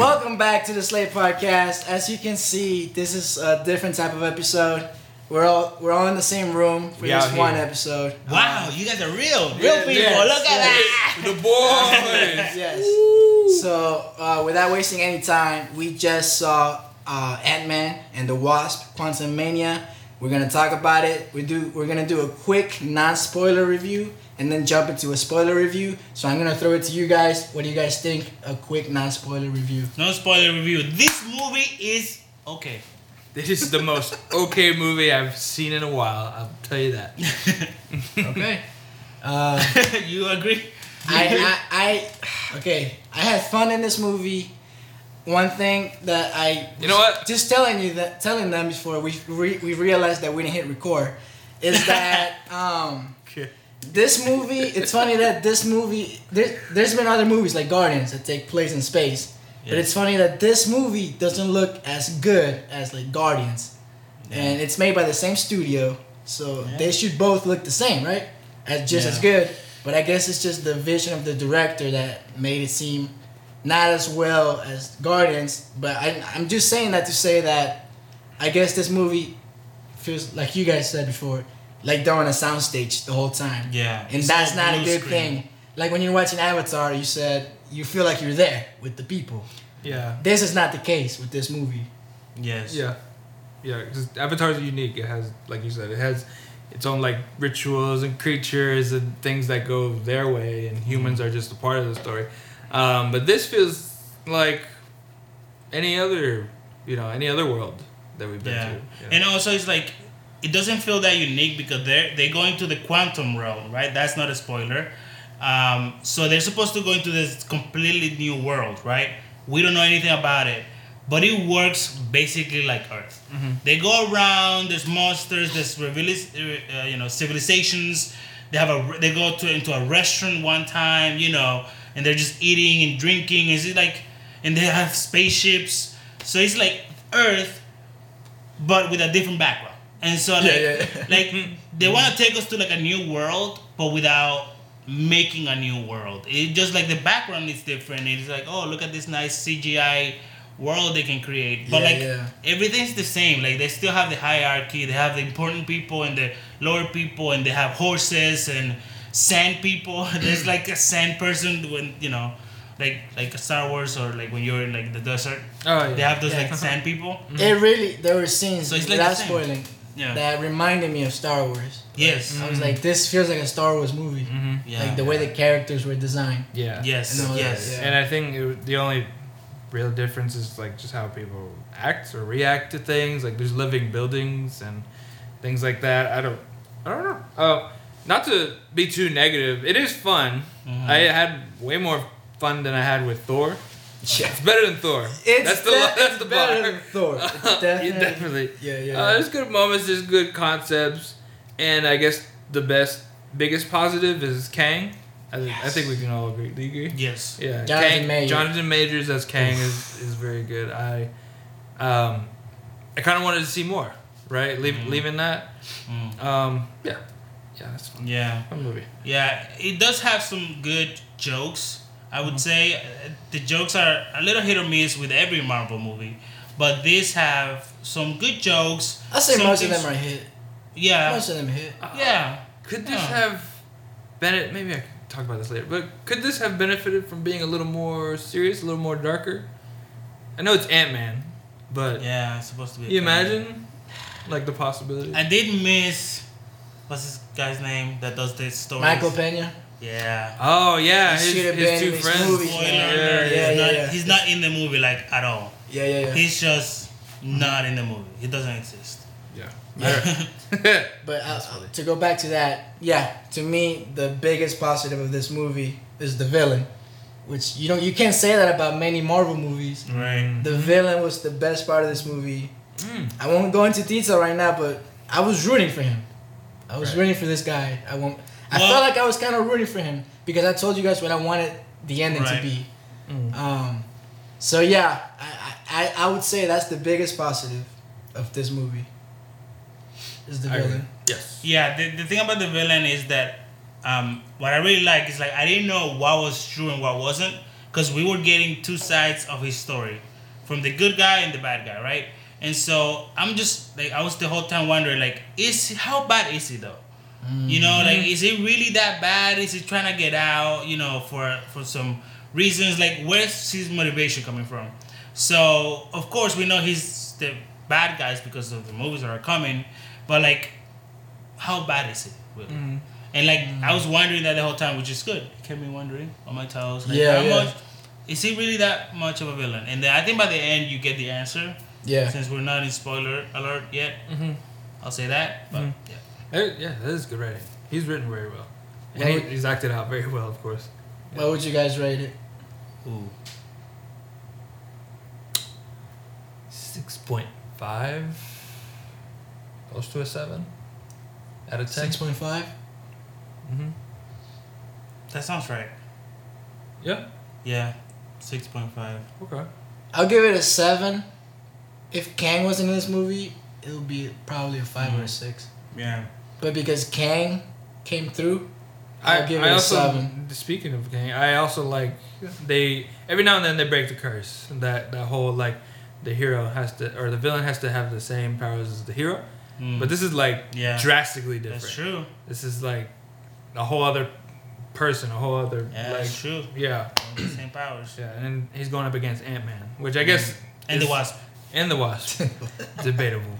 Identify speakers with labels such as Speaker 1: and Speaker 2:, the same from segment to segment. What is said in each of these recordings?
Speaker 1: Welcome back to the Slate Podcast. As you can see, this is a different type of episode. We're all we're all in the same room for
Speaker 2: We
Speaker 1: this
Speaker 2: out here.
Speaker 1: one episode.
Speaker 3: Wow, you guys are real, real people.
Speaker 1: yes,
Speaker 3: Look at that.
Speaker 2: The boys.
Speaker 1: Um, Yes. So, uh, without wasting any time, we just saw uh, Ant Man and the Wasp: Quantum Mania. We're gonna talk about it. We do. We're gonna do a quick non-spoiler review and then jump into a spoiler review. So I'm gonna throw it to you guys. What do you guys think? A quick non-spoiler review.
Speaker 3: No spoiler review. This movie is okay.
Speaker 2: this is the most okay movie I've seen in a while. I'll tell you that.
Speaker 1: Okay. Uh,
Speaker 3: you agree?
Speaker 1: I, I, I, okay. I had fun in this movie. One thing that I,
Speaker 2: You know what?
Speaker 1: just telling you that, telling them before we re, we realized that we didn't hit record, is that um, this movie. It's funny that this movie. There, there's been other movies like Guardians that take place in space, but
Speaker 3: Yeah.
Speaker 1: it's funny that this movie doesn't look as good as like Guardians, and it's made by the same studio, so
Speaker 3: Yeah.
Speaker 1: they should both look the same, right? As just as
Speaker 3: Yeah.
Speaker 1: good good, but I guess it's just the vision of the director that made it seem not as well as Guardians. But I, I'm just saying that to say that I guess this movie feels like you guys said before, like they're on a soundstage the whole time.
Speaker 3: Yeah.
Speaker 1: And that's not a good thing. Like when you're watching Avatar, you said you feel like you're there with the people.
Speaker 2: Yeah.
Speaker 1: This is not the case with this movie.
Speaker 3: Yes.
Speaker 2: Yeah. Yeah, because Avatar's unique. It has, like you said, it has its own like rituals and creatures and things that go their way, and humans are just a part of the story. Um, but this feels like any other, you know, any other world that we've been
Speaker 3: Yeah.
Speaker 2: to. you know?
Speaker 3: And also, it's like it doesn't feel that unique because they're they go into the quantum realm, right? That's not a spoiler. Um, so they're supposed to go into this completely new world, right? We don't know anything about it, but it works basically like Earth.
Speaker 2: Mm-hmm.
Speaker 3: They go around. There's monsters. There's revelis- uh, you know civilizations. They have a they go to into a restaurant one time, you know, and they're just eating and drinking. Is it like, and they have spaceships. So it's like Earth, but with a different background. And so like,
Speaker 2: yeah, yeah. Mm-hmm.
Speaker 3: like they want to take us to like a new world, but without making a new world. It just like the background is different. It's like oh look at this nice CGI world they can create, but
Speaker 1: Yeah,
Speaker 3: like
Speaker 1: yeah.
Speaker 3: everything's the same. Like they still have the hierarchy. They have the important people and the lower people, and they have horses and sand people.
Speaker 2: Mm.
Speaker 3: There's like a sand person when you know. Like like Star Wars or like when you're in like the desert,
Speaker 2: Oh, yeah.
Speaker 3: they have those
Speaker 1: Yeah.
Speaker 3: like sand people.
Speaker 1: It really there were scenes
Speaker 3: Mm. So it's like the
Speaker 1: without
Speaker 3: same.
Speaker 1: spoiling
Speaker 3: Yeah.
Speaker 1: that reminded me of Star Wars.
Speaker 3: yes.
Speaker 1: I was like, this feels like a Star Wars movie.
Speaker 3: Mm. Yeah.
Speaker 1: Like the way the characters were designed.
Speaker 2: Mm-hmm. yeah.
Speaker 3: Yes.
Speaker 1: And all that,
Speaker 3: yes.
Speaker 1: yeah.
Speaker 2: And I think it, was- the only real difference is like just how people act or react to things. Like there's living buildings and things like that. I don't, I don't know. Uh, not to be too negative, it is fun.
Speaker 1: Mm.
Speaker 3: Mm-hmm.
Speaker 2: I had way more fun than I had with Thor.
Speaker 1: Yeah.
Speaker 2: It's better than Thor.
Speaker 1: It's
Speaker 2: that's the
Speaker 1: de-
Speaker 2: that's the
Speaker 1: better
Speaker 2: bar.
Speaker 1: than Thor. It's
Speaker 2: Yeah,
Speaker 1: definitely-
Speaker 2: definitely.
Speaker 1: Yeah, yeah.
Speaker 2: Uh, there's good moments. There's good concepts, and I guess the best, biggest positive is Kang. I, think I think we can all agree. Do you agree?
Speaker 3: Yes.
Speaker 2: Yeah,
Speaker 1: Jonathan
Speaker 2: Kang,
Speaker 1: Majors.
Speaker 2: Jonathan Majors as Kang is, is very good. I, um, I kind of wanted to see more. Right, Leave,
Speaker 1: Mm-hmm.
Speaker 2: leaving that.
Speaker 3: Mm.
Speaker 2: Um, yeah, yeah, that's fun.
Speaker 3: Yeah.
Speaker 2: Fun movie.
Speaker 3: Yeah. It does have some good jokes. I would
Speaker 1: Mm-hmm.
Speaker 3: say uh, the jokes are a little hit or miss with every Marvel movie, but these have some good jokes.
Speaker 1: I say
Speaker 3: some
Speaker 1: most of
Speaker 3: things-
Speaker 1: them are hit.
Speaker 3: Yeah.
Speaker 1: Most of them hit.
Speaker 3: Yeah.
Speaker 2: Uh, Could this
Speaker 3: Yeah.
Speaker 2: have Bennett? Maybe I could talk about this later. But could this have benefited from being a little more serious, a little more darker? I know it's Ant Man, but
Speaker 3: Yeah. It's supposed to be. a
Speaker 2: you
Speaker 3: comedy.
Speaker 2: imagine like the possibility.
Speaker 3: I did miss. What's this guy's name that does this story?
Speaker 1: Michael Pena.
Speaker 3: Yeah.
Speaker 2: oh yeah,
Speaker 1: It
Speaker 2: his,
Speaker 1: should've
Speaker 2: his
Speaker 1: been
Speaker 2: two
Speaker 1: in this
Speaker 2: friends.
Speaker 1: movie.
Speaker 3: Spoiler
Speaker 1: Yeah,
Speaker 3: alert,
Speaker 1: yeah,
Speaker 3: he's,
Speaker 1: yeah,
Speaker 3: not,
Speaker 1: yeah.
Speaker 3: he's not in the movie like at all.
Speaker 1: Yeah, yeah, yeah.
Speaker 3: He's just not in the movie. He doesn't exist.
Speaker 2: Yeah.
Speaker 1: But uh, uh, to go back to that, yeah, to me the biggest positive of this movie is the villain, which you know you can't say that about many Marvel movies.
Speaker 3: Right.
Speaker 2: Mm-hmm.
Speaker 1: The villain was the best part of this movie.
Speaker 2: Mm.
Speaker 1: I won't go into detail right now, but I was rooting for him. I was
Speaker 2: Right.
Speaker 1: rooting for this guy. I won't. I
Speaker 3: Well-
Speaker 1: felt like I was kind of rooting for him because I told you guys what I wanted the ending to
Speaker 3: Right.
Speaker 1: be.
Speaker 2: Mm.
Speaker 1: Um, so yeah, I, I I would say that's the biggest positive of this movie. Is the
Speaker 2: I agree.
Speaker 1: villain?
Speaker 2: Yes.
Speaker 3: Yeah, the, the thing about the villain is that um, what I really like is like I didn't know what was true and what wasn't. because we were getting two sides of his story, from the good guy and the bad guy, right? And so I'm just like I was the whole time wondering like, is how bad is he though? You know, like is it really that bad? Is he trying to get out? You know, for for some reasons like where's his motivation coming from? So of course we know he's the bad guys because of the movies that are coming, but like, how bad is it really? And like I was wondering that the whole time, which is good. It kept me wondering on my toes. Like,
Speaker 1: Yeah,
Speaker 3: how
Speaker 1: yeah.
Speaker 3: much is he really that much of a villain? And then I think by the end you get the answer.
Speaker 1: Yeah.
Speaker 3: Since we're not in spoiler alert yet,
Speaker 2: Mm-hmm.
Speaker 3: I'll say that. But
Speaker 2: Mhm.
Speaker 3: yeah.
Speaker 2: Yeah, that is good writing. He's written very well. And
Speaker 1: Yeah,
Speaker 2: he-
Speaker 1: he-
Speaker 2: he's acted out very well, of course.
Speaker 1: What would you guys rate it?
Speaker 3: Ooh.
Speaker 2: Six point five, close to a seven, out of 10
Speaker 1: Six point five.
Speaker 2: Mm-hmm.
Speaker 3: That sounds right.
Speaker 2: Yeah.
Speaker 3: Yeah. Six point five.
Speaker 2: Okay.
Speaker 1: I'll give it a seven. If Kang wasn't in this movie, it would be probably a five or a six.
Speaker 3: Yeah.
Speaker 1: But because Kang came through,
Speaker 2: I,
Speaker 1: I'll give
Speaker 2: I
Speaker 1: it a
Speaker 2: also,
Speaker 1: seven.
Speaker 2: Speaking of gang, I also like they every now and then they break the curse. That that whole like the hero has to or the villain has to have the same powers as the hero.
Speaker 3: Mm.
Speaker 2: But this is like
Speaker 3: yeah.
Speaker 2: drastically different.
Speaker 3: That's true.
Speaker 2: This is like a whole other person, a whole other
Speaker 3: Yeah,
Speaker 2: like
Speaker 3: that's true.
Speaker 2: yeah,
Speaker 3: Same powers.
Speaker 2: yeah. And he's going up against Ant Man, which I
Speaker 1: Mm.
Speaker 2: guess
Speaker 3: And the
Speaker 2: is-
Speaker 3: wasp.
Speaker 2: and the Wasp, debatable.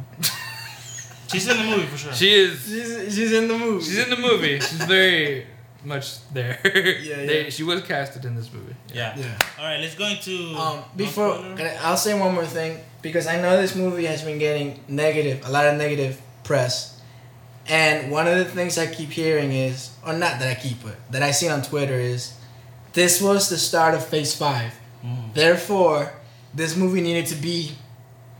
Speaker 3: She's in the movie for sure.
Speaker 2: She is
Speaker 1: She's, she's in the movie.
Speaker 2: she's in the movie. She's very much there.
Speaker 1: Yeah,
Speaker 2: They-
Speaker 1: yeah.
Speaker 2: she was casted in this movie.
Speaker 3: yeah.
Speaker 1: Yeah.
Speaker 3: All right. Let's go into
Speaker 1: Um,
Speaker 3: Mm. no
Speaker 1: before
Speaker 3: spoiler?
Speaker 1: can I- I'll say one more thing because I know this movie has been getting negative, a lot of negative press, and one of the things I keep hearing is, or not that I keep but that I see on Twitter is, this was the start of Phase Five,
Speaker 3: Mm.
Speaker 1: therefore this movie needed to be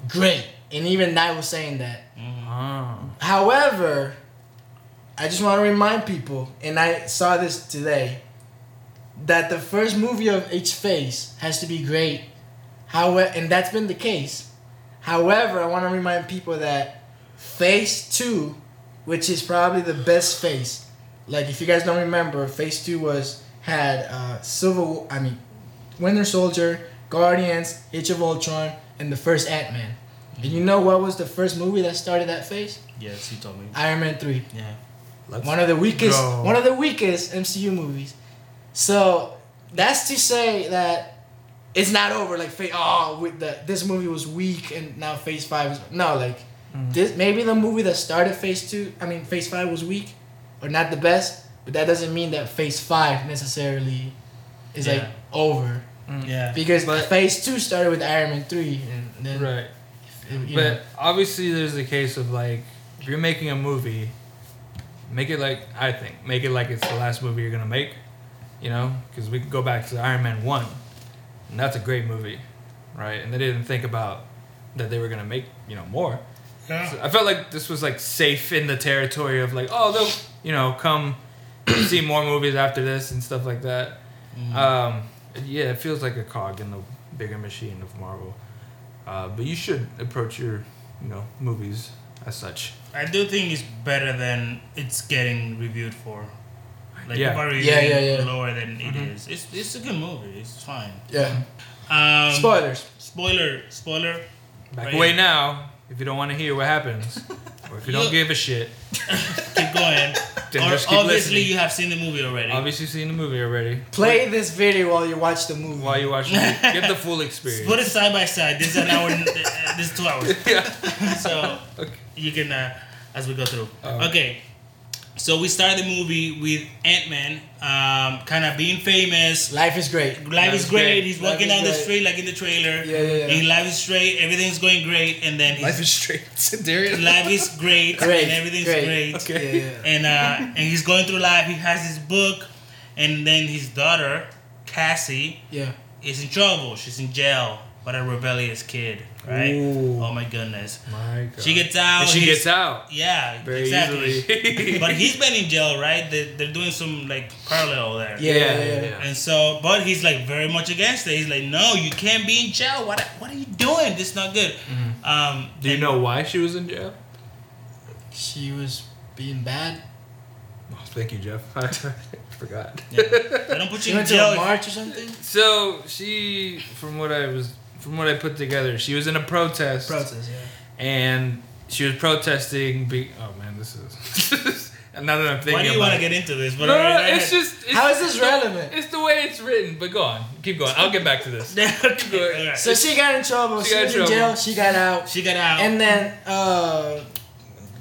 Speaker 1: great, and even Knight was saying that.
Speaker 3: Mhm.
Speaker 2: Oh.
Speaker 1: Ah. However, I just want to remind people, and I saw this today, that the first movie of each phase has to be great. How and that's been the case. However, I want to remind people that phase two, which is probably the best phase, like if you guys don't remember, phase two was had uh, Civil, I mean, Winter Soldier, Guardians, Age of Ultron, and the first Ant Man. And you know what was the first movie that started that phase?
Speaker 3: Yes, you told me.
Speaker 1: Iron Man 3.
Speaker 3: Yeah.
Speaker 2: Let's-
Speaker 1: One of the weakest
Speaker 2: go.
Speaker 1: one of the weakest MCU movies. So that's to say that it's not over like fa- oh with the this movie was weak and now phase 5 is no like this maybe the movie that started phase 2 I mean phase 5 was weak or not the best but that doesn't mean that phase 5 necessarily is like
Speaker 3: Yeah.
Speaker 1: over
Speaker 2: Hmm. Mm.
Speaker 3: Yeah.
Speaker 1: because
Speaker 2: But-
Speaker 1: phase 2 started with Iron Man 3 and then
Speaker 2: Right.
Speaker 1: you know,
Speaker 2: But obviously, there's a case of like, if you're making a movie, make it like, I think, make it like it's the last movie you're going to make, you know? Because we can go back to Iron Man 1, and that's a great movie, right? And they didn't think about that they were going to make, you know, more. So I felt like this was like safe in the territory of like, oh, they'll, you know, come see more movies after this and stuff like that.
Speaker 3: Mm-hmm.
Speaker 2: Um, yeah, it feels like a cog in the bigger machine of Marvel. Uh, but you should approach your, you know, movies as such.
Speaker 3: I do think it's better than it's getting reviewed for. Like
Speaker 2: Yeah.
Speaker 3: people are
Speaker 1: Yeah,
Speaker 3: reviewing
Speaker 1: yeah, yeah.
Speaker 3: lower than it
Speaker 2: Mhm.
Speaker 3: is. It's it's a good movie. It's fine.
Speaker 1: yeah
Speaker 3: Um,
Speaker 1: spoilers
Speaker 3: spoiler, spoiler.
Speaker 2: Back
Speaker 3: Right.
Speaker 2: away now if you don't want to hear what happens, or if you don't
Speaker 3: Look.
Speaker 2: give a shit.
Speaker 3: Keep going.
Speaker 2: Then
Speaker 3: Or-
Speaker 2: just keep
Speaker 3: obviously,
Speaker 2: listening.
Speaker 3: you have seen the movie already.
Speaker 2: Obviously, you've seen the movie already.
Speaker 1: Play this video while you watch the movie.
Speaker 2: While you watch, the movie. get the full experience.
Speaker 3: Put it side by side. This is an hour. uh, this is two hours.
Speaker 2: yeah.
Speaker 3: So
Speaker 2: Okay.
Speaker 3: you can uh, as we go through.
Speaker 2: Oh.
Speaker 3: okay. So we start the movie with Ant Man, um, kind of being famous,
Speaker 1: Life is great.
Speaker 3: Life
Speaker 2: Life
Speaker 3: is
Speaker 2: is
Speaker 3: great.
Speaker 2: great.
Speaker 3: He's
Speaker 1: Life
Speaker 3: walking
Speaker 1: is
Speaker 3: down the
Speaker 1: great.
Speaker 3: street like in the trailer.
Speaker 1: Yeah, yeah, yeah.
Speaker 3: And life is straight. Everything's going great. And then
Speaker 2: Life
Speaker 3: his
Speaker 2: is straight. Darius.
Speaker 3: life is great.
Speaker 1: Great,
Speaker 3: And everything's
Speaker 1: great.
Speaker 3: great.
Speaker 2: Okay.
Speaker 1: Yeah, yeah.
Speaker 3: And uh, and he's going through life. He has his book, and then his daughter Cassie
Speaker 1: yeah.
Speaker 3: is in trouble. She's in jail. What a rebellious kid, right?
Speaker 2: Ooh.
Speaker 3: Oh my goodness.
Speaker 2: My God.
Speaker 3: She gets out.
Speaker 2: And she
Speaker 3: he's-
Speaker 2: gets out
Speaker 3: Yeah,
Speaker 2: very
Speaker 3: exactly.
Speaker 2: easily.
Speaker 3: but he's been in jail, right? They, they're doing some like parallel there.
Speaker 1: Yeah, yeah, yeah.
Speaker 3: And so, but he's like very much against it. He's like, no, you can't be in jail. What, what are you doing? This is not good.
Speaker 2: Mm-hmm.
Speaker 3: Um,
Speaker 2: Do you know why she was in jail?
Speaker 1: She was being bad.
Speaker 2: Oh, thank you, Jeff. I forgot.
Speaker 3: They don't put
Speaker 1: She
Speaker 3: you in
Speaker 1: went to
Speaker 3: jail.
Speaker 1: a
Speaker 3: if-
Speaker 1: march or something.
Speaker 2: So she, from what I was, from what I put together, she was in a protest,
Speaker 1: Protest, yeah.
Speaker 2: and she was protesting. Be- oh man, this is. now that I'm thinking,
Speaker 3: Why do you
Speaker 2: about
Speaker 3: want to
Speaker 2: it-
Speaker 3: get into this?
Speaker 2: No,
Speaker 3: But
Speaker 2: no,
Speaker 3: alright,
Speaker 2: no,
Speaker 3: alright.
Speaker 2: it's just. It's,
Speaker 1: How is this relevant?
Speaker 2: It's the way it's written. But go on, keep going. I'll get back to this.
Speaker 3: Okay, alright.
Speaker 1: So she got in trouble.
Speaker 2: She
Speaker 1: She,
Speaker 2: got in
Speaker 1: was
Speaker 2: trouble.
Speaker 1: in jail. She got out.
Speaker 3: She got out.
Speaker 1: And then, uh,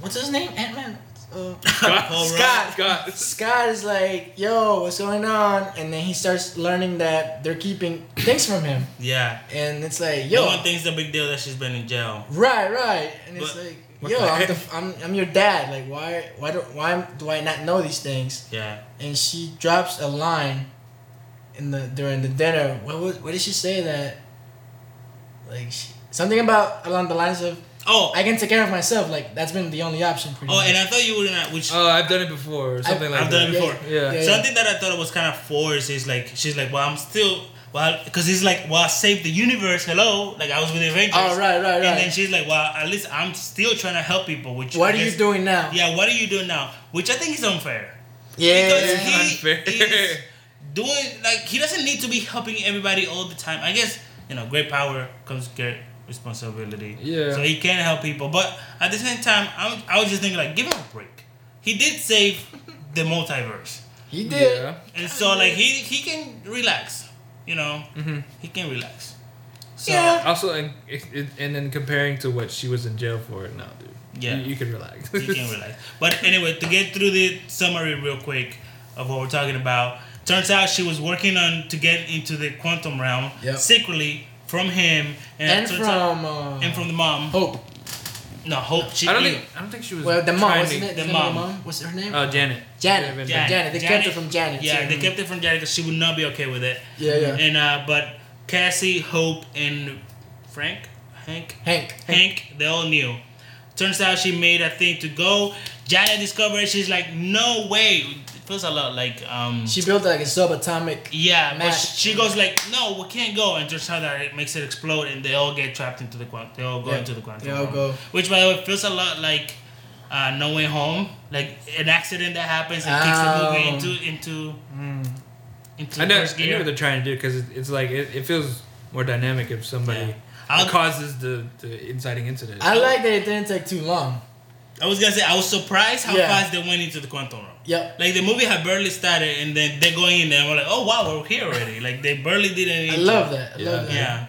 Speaker 1: what's his name? Ant Man. Uh,
Speaker 3: Paul Rudd.
Speaker 1: Scott.
Speaker 2: Scott.
Speaker 1: Scott is like, "Yo, what's going on?" And then he starts learning that they're keeping things from him,
Speaker 3: Yeah.
Speaker 1: and it's like,
Speaker 3: No
Speaker 1: "Yo,
Speaker 3: one thinks the big deal that she's been in jail.
Speaker 1: right, right." And it's
Speaker 3: But-
Speaker 1: like,
Speaker 2: what
Speaker 1: "Yo,
Speaker 2: the
Speaker 1: I'm, the,
Speaker 2: heck?
Speaker 1: I'm I'm your dad. Like, why why do why do I not know these things?"
Speaker 3: Yeah.
Speaker 1: And she drops a line in the during the dinner. What was what did she say that? Like she, something about along the lines of,
Speaker 3: Oh.
Speaker 1: "I can take care of myself." Like that's been the only option. Pretty
Speaker 3: oh,
Speaker 1: much.
Speaker 3: and I thought you were not. Which
Speaker 2: Oh, I've done it before, or something like
Speaker 3: I've
Speaker 2: that.
Speaker 3: done it before.
Speaker 2: Yeah.
Speaker 1: yeah.
Speaker 3: Something that I thought was kind of forced is like she's like, well, I'm still well, because he's like, well, I saved the universe. Hello, like I was with the Avengers.
Speaker 1: Oh, right, right,
Speaker 3: And then
Speaker 1: right.
Speaker 3: she's like, well, at least I'm still trying to help people. Which
Speaker 1: What
Speaker 3: I
Speaker 1: are you
Speaker 3: guess-
Speaker 1: doing now?
Speaker 3: Yeah, what are you doing now? Which I think is unfair.
Speaker 1: Yeah.
Speaker 3: Because he
Speaker 2: Unfair.
Speaker 3: is doing like he doesn't need to be helping everybody all the time. I guess you know, great power comes great responsibility.
Speaker 2: Yeah.
Speaker 3: So he can help people, but at the same time, I'm, I was just thinking like, give him a break. He did save the multiverse,
Speaker 1: he did.
Speaker 2: Yeah.
Speaker 3: and so like he he can relax. You know, he can relax. So,
Speaker 1: Yeah.
Speaker 2: Also, and, it- it- and then comparing to what she was in jail for, no, dude.
Speaker 3: Yeah.
Speaker 2: You, you can relax.
Speaker 3: you can relax. But anyway, to get through the summary real quick of what we're talking about, turns out she was working on to get into the quantum realm
Speaker 1: Yep.
Speaker 3: secretly from him and,
Speaker 1: and
Speaker 3: turns out-
Speaker 1: from uh,
Speaker 3: and from the mom.
Speaker 1: Hope.
Speaker 3: No, hope she.
Speaker 2: I don't
Speaker 3: knew.
Speaker 2: think. I don't think she was.
Speaker 1: Well, the mom
Speaker 2: trying
Speaker 1: wasn't
Speaker 2: to-
Speaker 1: it?
Speaker 3: the
Speaker 1: name of
Speaker 3: mom. Uh,
Speaker 1: What's her name?
Speaker 2: Oh, Janet.
Speaker 1: Janet.
Speaker 2: Janet.
Speaker 1: Janet. They kept her from Janet.
Speaker 3: Yeah,
Speaker 1: too.
Speaker 3: they kept it from Janet because she would not be okay with it.
Speaker 1: Yeah, yeah.
Speaker 3: And uh, but Cassie, Hope, and Frank, Hank,
Speaker 1: Hank.
Speaker 3: Hank, they all knew. Turns out she made a thing to go. Janet discovered. it. She's like, no way. It feels a lot like um.
Speaker 1: She built like a subatomic.
Speaker 3: Yeah, but
Speaker 1: Matt.
Speaker 3: she she goes like, "No, we can't go," and just how that it makes it explode, and they all get trapped into the quantum. They all go
Speaker 1: Yeah,
Speaker 3: into the quantum.
Speaker 1: they all
Speaker 3: realm.
Speaker 1: go.
Speaker 3: Which, by the way, feels a lot like uh, No Way Home, like an accident that happens and
Speaker 1: Oh. Mm.
Speaker 3: kicks the movie into into into
Speaker 2: I know,
Speaker 3: first
Speaker 2: I know
Speaker 3: gear.
Speaker 2: what they're trying to do because it, it's like it, it feels more dynamic if
Speaker 3: Yeah.
Speaker 2: somebody
Speaker 3: I'll-
Speaker 2: causes the, the inciting incident.
Speaker 1: I like that it didn't take too long.
Speaker 3: I was gonna say I was surprised how
Speaker 1: Yeah.
Speaker 3: fast they went into the quantum realm.
Speaker 1: Yep.
Speaker 3: Like the movie had barely started, and then they're going in there. and We're like, "Oh wow, we're here already!" Like they barely did any.
Speaker 1: I love that. I
Speaker 2: Yeah.
Speaker 1: love that.
Speaker 3: Yeah.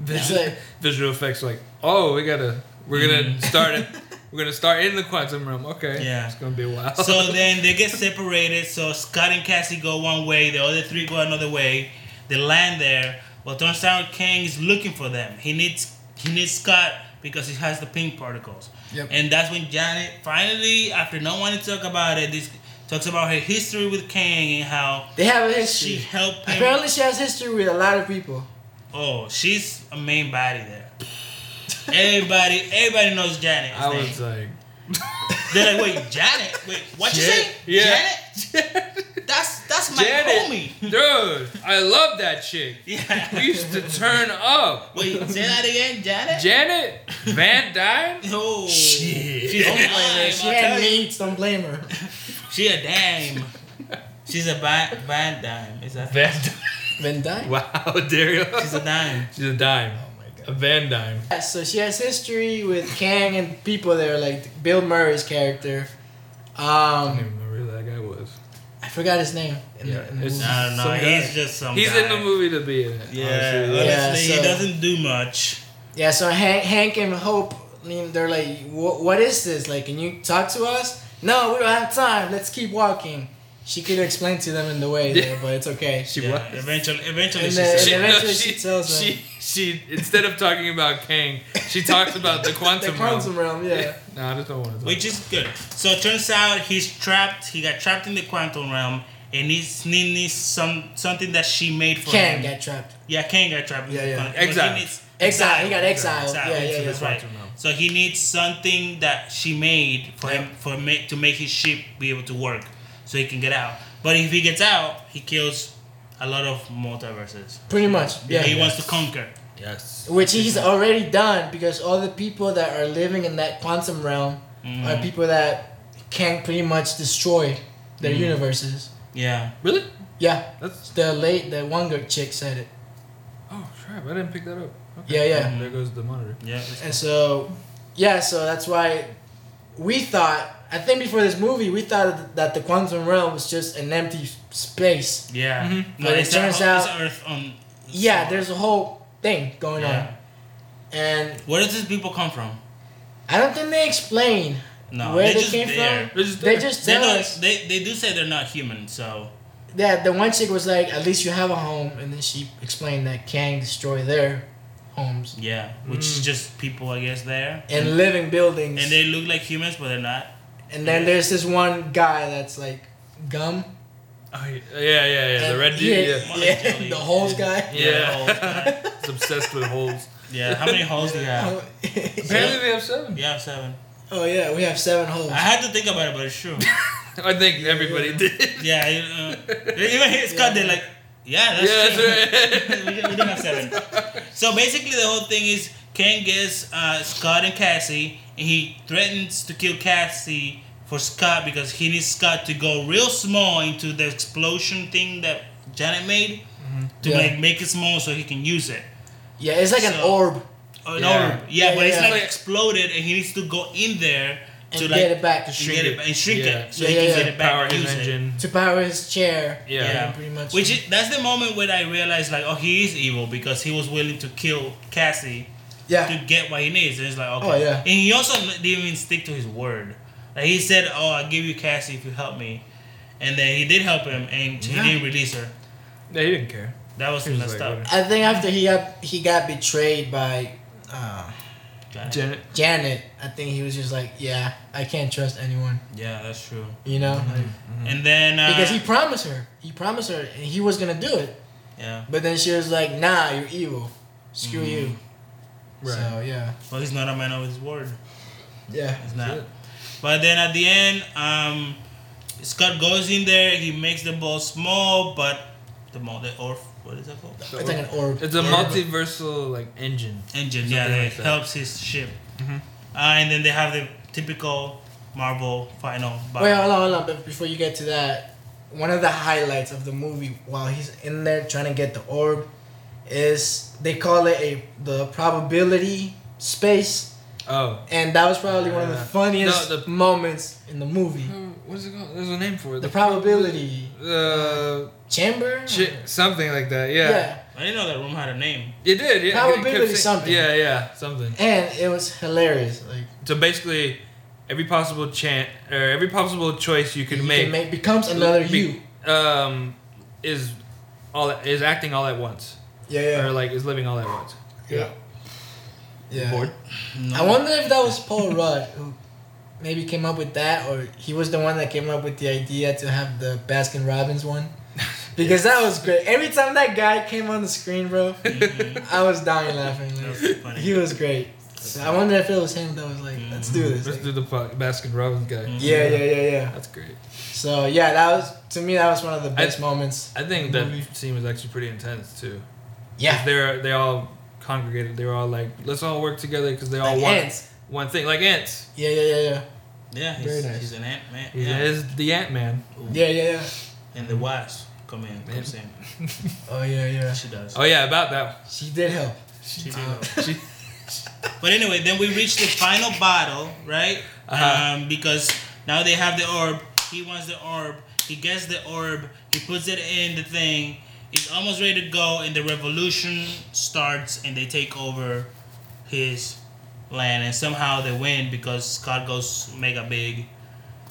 Speaker 1: It's
Speaker 2: visual,
Speaker 1: like-
Speaker 2: visual effects like oh we gotta we're gonna start it we're gonna start in the quantum room okay
Speaker 3: Mm. Yeah.
Speaker 2: it's gonna be a while
Speaker 3: so then they get separated. So Scott and Cassie go one way, the other three go another way. They land there. Well, turns out Kang is looking for them. He needs he needs Scott because he has the pink particles.
Speaker 1: Yep.
Speaker 3: And that's when Janet finally, after no one to talk about it, this talks about her history with Kang and how
Speaker 1: They have a history.
Speaker 3: she helped him.
Speaker 1: Apparently, she has history with a lot of people.
Speaker 3: Oh, she's a main body there. everybody, everybody knows Janet.
Speaker 2: I was like
Speaker 3: They're like, wait, Janet? Wait, what you
Speaker 2: Jan-
Speaker 3: say?
Speaker 2: yeah.
Speaker 3: Janet? That's that's my
Speaker 2: Janet
Speaker 3: homie.
Speaker 2: dude I love that chick
Speaker 3: Yeah.
Speaker 2: we used to turn up
Speaker 3: Wait, say that again, Janet.
Speaker 2: Janet Van Dyne
Speaker 3: oh,
Speaker 1: Shit.
Speaker 3: she's a
Speaker 1: Don't blame her.
Speaker 3: dime.
Speaker 1: She
Speaker 3: I'll
Speaker 1: had
Speaker 3: tell you.
Speaker 1: needs. Don't blame her.
Speaker 3: She a dime. She's a bad bad dime. Is that?
Speaker 2: Van Dyne
Speaker 1: Van Dyke.
Speaker 2: wow Dario
Speaker 3: She's a dime.
Speaker 2: she's a dime
Speaker 1: Oh my
Speaker 2: a
Speaker 1: god.
Speaker 2: Van Dyne
Speaker 1: Yeah, so she has history with Kang and people there, like Bill Murray's character.
Speaker 2: I don't
Speaker 1: Um,
Speaker 2: even remember who that guy was
Speaker 1: I forgot his name. in the-
Speaker 2: Yeah,
Speaker 1: in the
Speaker 2: it's-
Speaker 1: movie.
Speaker 3: I don't know.
Speaker 2: Some
Speaker 3: he's
Speaker 2: guy.
Speaker 3: just some.
Speaker 2: he's
Speaker 3: guy.
Speaker 2: in the movie Oh, to be in it
Speaker 3: Yeah,
Speaker 2: honestly.
Speaker 1: Yeah,
Speaker 3: honestly,
Speaker 1: so-
Speaker 3: he doesn't do much.
Speaker 1: Yeah, so Hank, Hank and Hope, I mean, they're like, "Wha- what is this? Like, can you talk to us? No, we don't have time. Let's keep walking. She could explain to them in the way, there, but it's okay.
Speaker 2: she
Speaker 3: Yeah,
Speaker 2: was
Speaker 3: eventually, eventually,
Speaker 1: And
Speaker 3: she's
Speaker 1: then-
Speaker 3: a-
Speaker 1: and
Speaker 2: no,
Speaker 1: eventually she tells
Speaker 2: she, she instead of talking about Kang, she talks about the
Speaker 1: The
Speaker 2: quantum realm.
Speaker 1: quantum realm, yeah.
Speaker 2: No, I just don't want to talk.
Speaker 3: which is good. So it turns out he's trapped. He got trapped in the quantum realm, and he's he needs some something that she made for
Speaker 1: Kang
Speaker 3: him.
Speaker 1: got trapped.
Speaker 3: yeah, Kang got trapped. in
Speaker 1: Yeah,
Speaker 3: the
Speaker 1: yeah.
Speaker 3: quantum- but he
Speaker 2: Exiled.
Speaker 3: needs-
Speaker 1: Exiled, he got exiled. Yeah, yeah,
Speaker 3: into
Speaker 1: yeah.
Speaker 3: the quantum
Speaker 2: Right.
Speaker 3: realm. So he needs something that she made for him for ma- to make his ship be able to work, so he can get out. But if he gets out, he kills a lot of multiverses.
Speaker 1: Pretty much, yeah.
Speaker 3: he wants to conquer.
Speaker 2: yes.
Speaker 1: Which he's already done because all the people that
Speaker 3: Mm-hmm.
Speaker 1: are living in that quantum realm are people that Kang pretty much destroyed. Their
Speaker 3: Mm.
Speaker 1: universes.
Speaker 3: Yeah.
Speaker 2: Really?
Speaker 1: Yeah,
Speaker 2: That's
Speaker 1: the late the one girl chick said it,
Speaker 2: oh crap! I didn't pick that up.
Speaker 1: Yeah, yeah.
Speaker 2: There goes the monitor.
Speaker 3: Yeah.
Speaker 1: and so yeah, so that's why we thought. I think before this movie, we thought that the quantum realm was just an empty s- space.
Speaker 3: Yeah.
Speaker 2: Mhm.
Speaker 3: No,
Speaker 1: Mm-hmm. But it
Speaker 3: it's
Speaker 1: turns
Speaker 3: a,
Speaker 1: out-
Speaker 3: it's Earth on.
Speaker 1: Yeah, there's a whole thing going
Speaker 3: Yeah.
Speaker 1: on, and
Speaker 3: Where does these people come from?
Speaker 1: I don't think they explain
Speaker 3: No,
Speaker 1: where
Speaker 3: they
Speaker 1: they
Speaker 3: just
Speaker 1: came
Speaker 3: there.
Speaker 1: from.
Speaker 2: They're just
Speaker 1: They
Speaker 2: there.
Speaker 1: just
Speaker 3: They,
Speaker 1: tell
Speaker 3: don't,
Speaker 1: us
Speaker 3: they they do say they're not human, so
Speaker 1: that the one chick was like, "At least you have a home," and then she explained that Kang destroyed their homes
Speaker 3: yeah, which is
Speaker 2: Mm.
Speaker 3: just people, I guess, there.
Speaker 1: and living buildings.
Speaker 3: and they look like humans, but they're not.
Speaker 1: And then there's this one guy that's like gum.
Speaker 2: Oh, yeah, yeah, yeah. yeah. The red dude. Yeah.
Speaker 1: Yeah, yeah, the holes guy.
Speaker 2: Yeah.
Speaker 3: Yeah. the holes, man.
Speaker 2: It's obsessed with holes.
Speaker 3: yeah. How many holes do you have?
Speaker 2: Apparently they have seven.
Speaker 3: You have seven.
Speaker 1: oh yeah, we have seven holes.
Speaker 3: I had to think about it, but it's true.
Speaker 2: I think everybody did.
Speaker 3: Yeah. You know, even his cut, they're like, yeah, that's
Speaker 2: Yeah,
Speaker 3: true.
Speaker 2: that's
Speaker 3: we, we didn't have seven. So basically, the whole thing is Ken gets uh, Scott and Cassie, and he threatens to kill Cassie for Scott because he needs Scott to go real small into the explosion thing that Janet made to
Speaker 1: Mm-hmm. Yeah.
Speaker 3: like make it small so he can use it.
Speaker 1: yeah, it's like an
Speaker 3: So-
Speaker 1: orb
Speaker 3: Oh,
Speaker 2: Yeah.
Speaker 3: yeah. orb. Yeah,
Speaker 1: Yeah,
Speaker 3: but it's
Speaker 1: yeah.
Speaker 3: like exploded, and he needs to go in there
Speaker 1: and
Speaker 3: to
Speaker 1: get
Speaker 3: like
Speaker 1: it back
Speaker 2: to
Speaker 1: to,
Speaker 2: sh-
Speaker 3: and get it
Speaker 2: Shrink it.
Speaker 3: and shrink
Speaker 2: Yeah.
Speaker 3: it so
Speaker 1: Yeah,
Speaker 3: he
Speaker 1: yeah,
Speaker 3: can
Speaker 1: yeah.
Speaker 3: get it back
Speaker 2: Power
Speaker 3: and
Speaker 2: his
Speaker 3: use it.
Speaker 2: engine.
Speaker 1: power his chair.
Speaker 2: Yeah.
Speaker 3: Yeah.
Speaker 1: pretty much.
Speaker 3: Which is, that's the moment where I realized like, oh, he is evil because he was willing to kill Cassie
Speaker 1: yeah,
Speaker 3: to get what he needs. And it's like, okay.
Speaker 1: Oh, yeah.
Speaker 3: And he also didn't even stick to his word. Like he said, oh, I'll give you Cassie if you help me, and then he did help him, and
Speaker 1: Yeah.
Speaker 3: he didn't release her.
Speaker 2: No, he didn't care.
Speaker 3: That was
Speaker 2: He was
Speaker 3: messed
Speaker 2: like,
Speaker 3: up.
Speaker 1: I think after he got he got betrayed by uh,
Speaker 3: Got it.
Speaker 2: Janet.
Speaker 1: Janet, I think he was just like, yeah, I can't trust anyone.
Speaker 3: Yeah, that's true.
Speaker 1: You know,
Speaker 2: Mm-hmm.
Speaker 1: like,
Speaker 3: And then uh,
Speaker 1: because he
Speaker 2: Uh-huh.
Speaker 1: promised her, he promised her, and he was gonna do it,
Speaker 3: yeah,
Speaker 1: but then she was like, nah, you're evil. Screw you.
Speaker 2: Mm-hmm. Right.
Speaker 1: So yeah,
Speaker 3: well, he's not a man of his word.
Speaker 1: yeah.
Speaker 3: It's not.
Speaker 2: it.
Speaker 3: But then at the end, um, Scott goes in there. He makes the ball small, but the mo the orf what is that called?
Speaker 2: The
Speaker 1: It's like an
Speaker 2: orb.
Speaker 1: orb.
Speaker 2: It's a
Speaker 1: Yeah.
Speaker 2: multiversal like engine.
Speaker 3: Engine.
Speaker 2: Something
Speaker 3: Yeah, that
Speaker 2: like that.
Speaker 3: helps his ship.
Speaker 2: Mhm.
Speaker 3: Uh, and then they have the typical Marvel final. battle.
Speaker 1: Wait, hold on, hold on. But before you get to that, one of the highlights of the movie while he's in there trying to get the orb is they call it a the probability space,
Speaker 2: Oh.
Speaker 1: and that was probably one of the
Speaker 2: Yeah.
Speaker 1: funniest
Speaker 2: No, the-
Speaker 1: moments in the movie.
Speaker 2: What's Hmm, it called? There's a name for it.
Speaker 1: The probability
Speaker 2: Uh,
Speaker 1: chamber.
Speaker 2: chi- something like that. Yeah.
Speaker 1: yeah,
Speaker 3: I didn't know that room had a name.
Speaker 2: It did. Yeah. It kept
Speaker 1: Probability
Speaker 2: saying-
Speaker 1: something.
Speaker 2: Yeah, yeah, something.
Speaker 1: and it was hilarious. Like
Speaker 2: So basically, every possible chant or every possible choice you
Speaker 1: you
Speaker 2: can make,
Speaker 1: becomes another
Speaker 2: be-
Speaker 1: you.
Speaker 2: um, is all is acting all at once,
Speaker 1: Yeah,
Speaker 2: or
Speaker 1: yeah,
Speaker 2: like is living all at once.
Speaker 1: yeah. Yeah.
Speaker 2: Bored.
Speaker 1: I wonder if that was Paul Rudd who maybe came up with that, or he was the one that came up with the idea to have the Baskin Robbins one. Because that was great. Every time that guy came on the screen, bro,
Speaker 3: Mhm.
Speaker 1: I was dying laughing.
Speaker 3: That's
Speaker 1: Like,
Speaker 3: funny.
Speaker 1: he was great. So I wonder if it was him that was like, let's do this. Like,
Speaker 2: Let's do the fu- Baskin Robbins guy.
Speaker 1: yeah, yeah, yeah, yeah.
Speaker 2: That's great.
Speaker 1: So yeah, that was to me that was one of the best moments.
Speaker 2: I think
Speaker 1: The
Speaker 2: that
Speaker 1: movie.
Speaker 2: scene was actually pretty intense too. 'Cause
Speaker 1: Yeah.
Speaker 2: They're they all congregated. They were all like, let's all work together because they all
Speaker 1: Like
Speaker 2: want
Speaker 1: ants.
Speaker 2: one thing, like ants.
Speaker 1: Yeah, yeah, yeah, yeah.
Speaker 3: Yeah, he's,
Speaker 1: Very nice.
Speaker 3: he's an ant man.
Speaker 2: He
Speaker 3: Yeah.
Speaker 2: is the Ant Man.
Speaker 3: Ooh.
Speaker 1: Yeah, yeah, yeah.
Speaker 3: And the wives come in,
Speaker 2: Yeah.
Speaker 3: comes in.
Speaker 1: Oh yeah, yeah.
Speaker 3: She does.
Speaker 2: Oh yeah, about that.
Speaker 1: She did help.
Speaker 3: She
Speaker 1: Uh,
Speaker 3: does.
Speaker 2: She,
Speaker 3: But anyway, then we reach the final battle, right?
Speaker 2: Uh-huh.
Speaker 3: Um, because now they have the orb. He wants the orb. He gets the orb. He puts it in the thing. It's almost ready to go, and the revolution starts, and they take over his land. And somehow they win because Scott goes mega big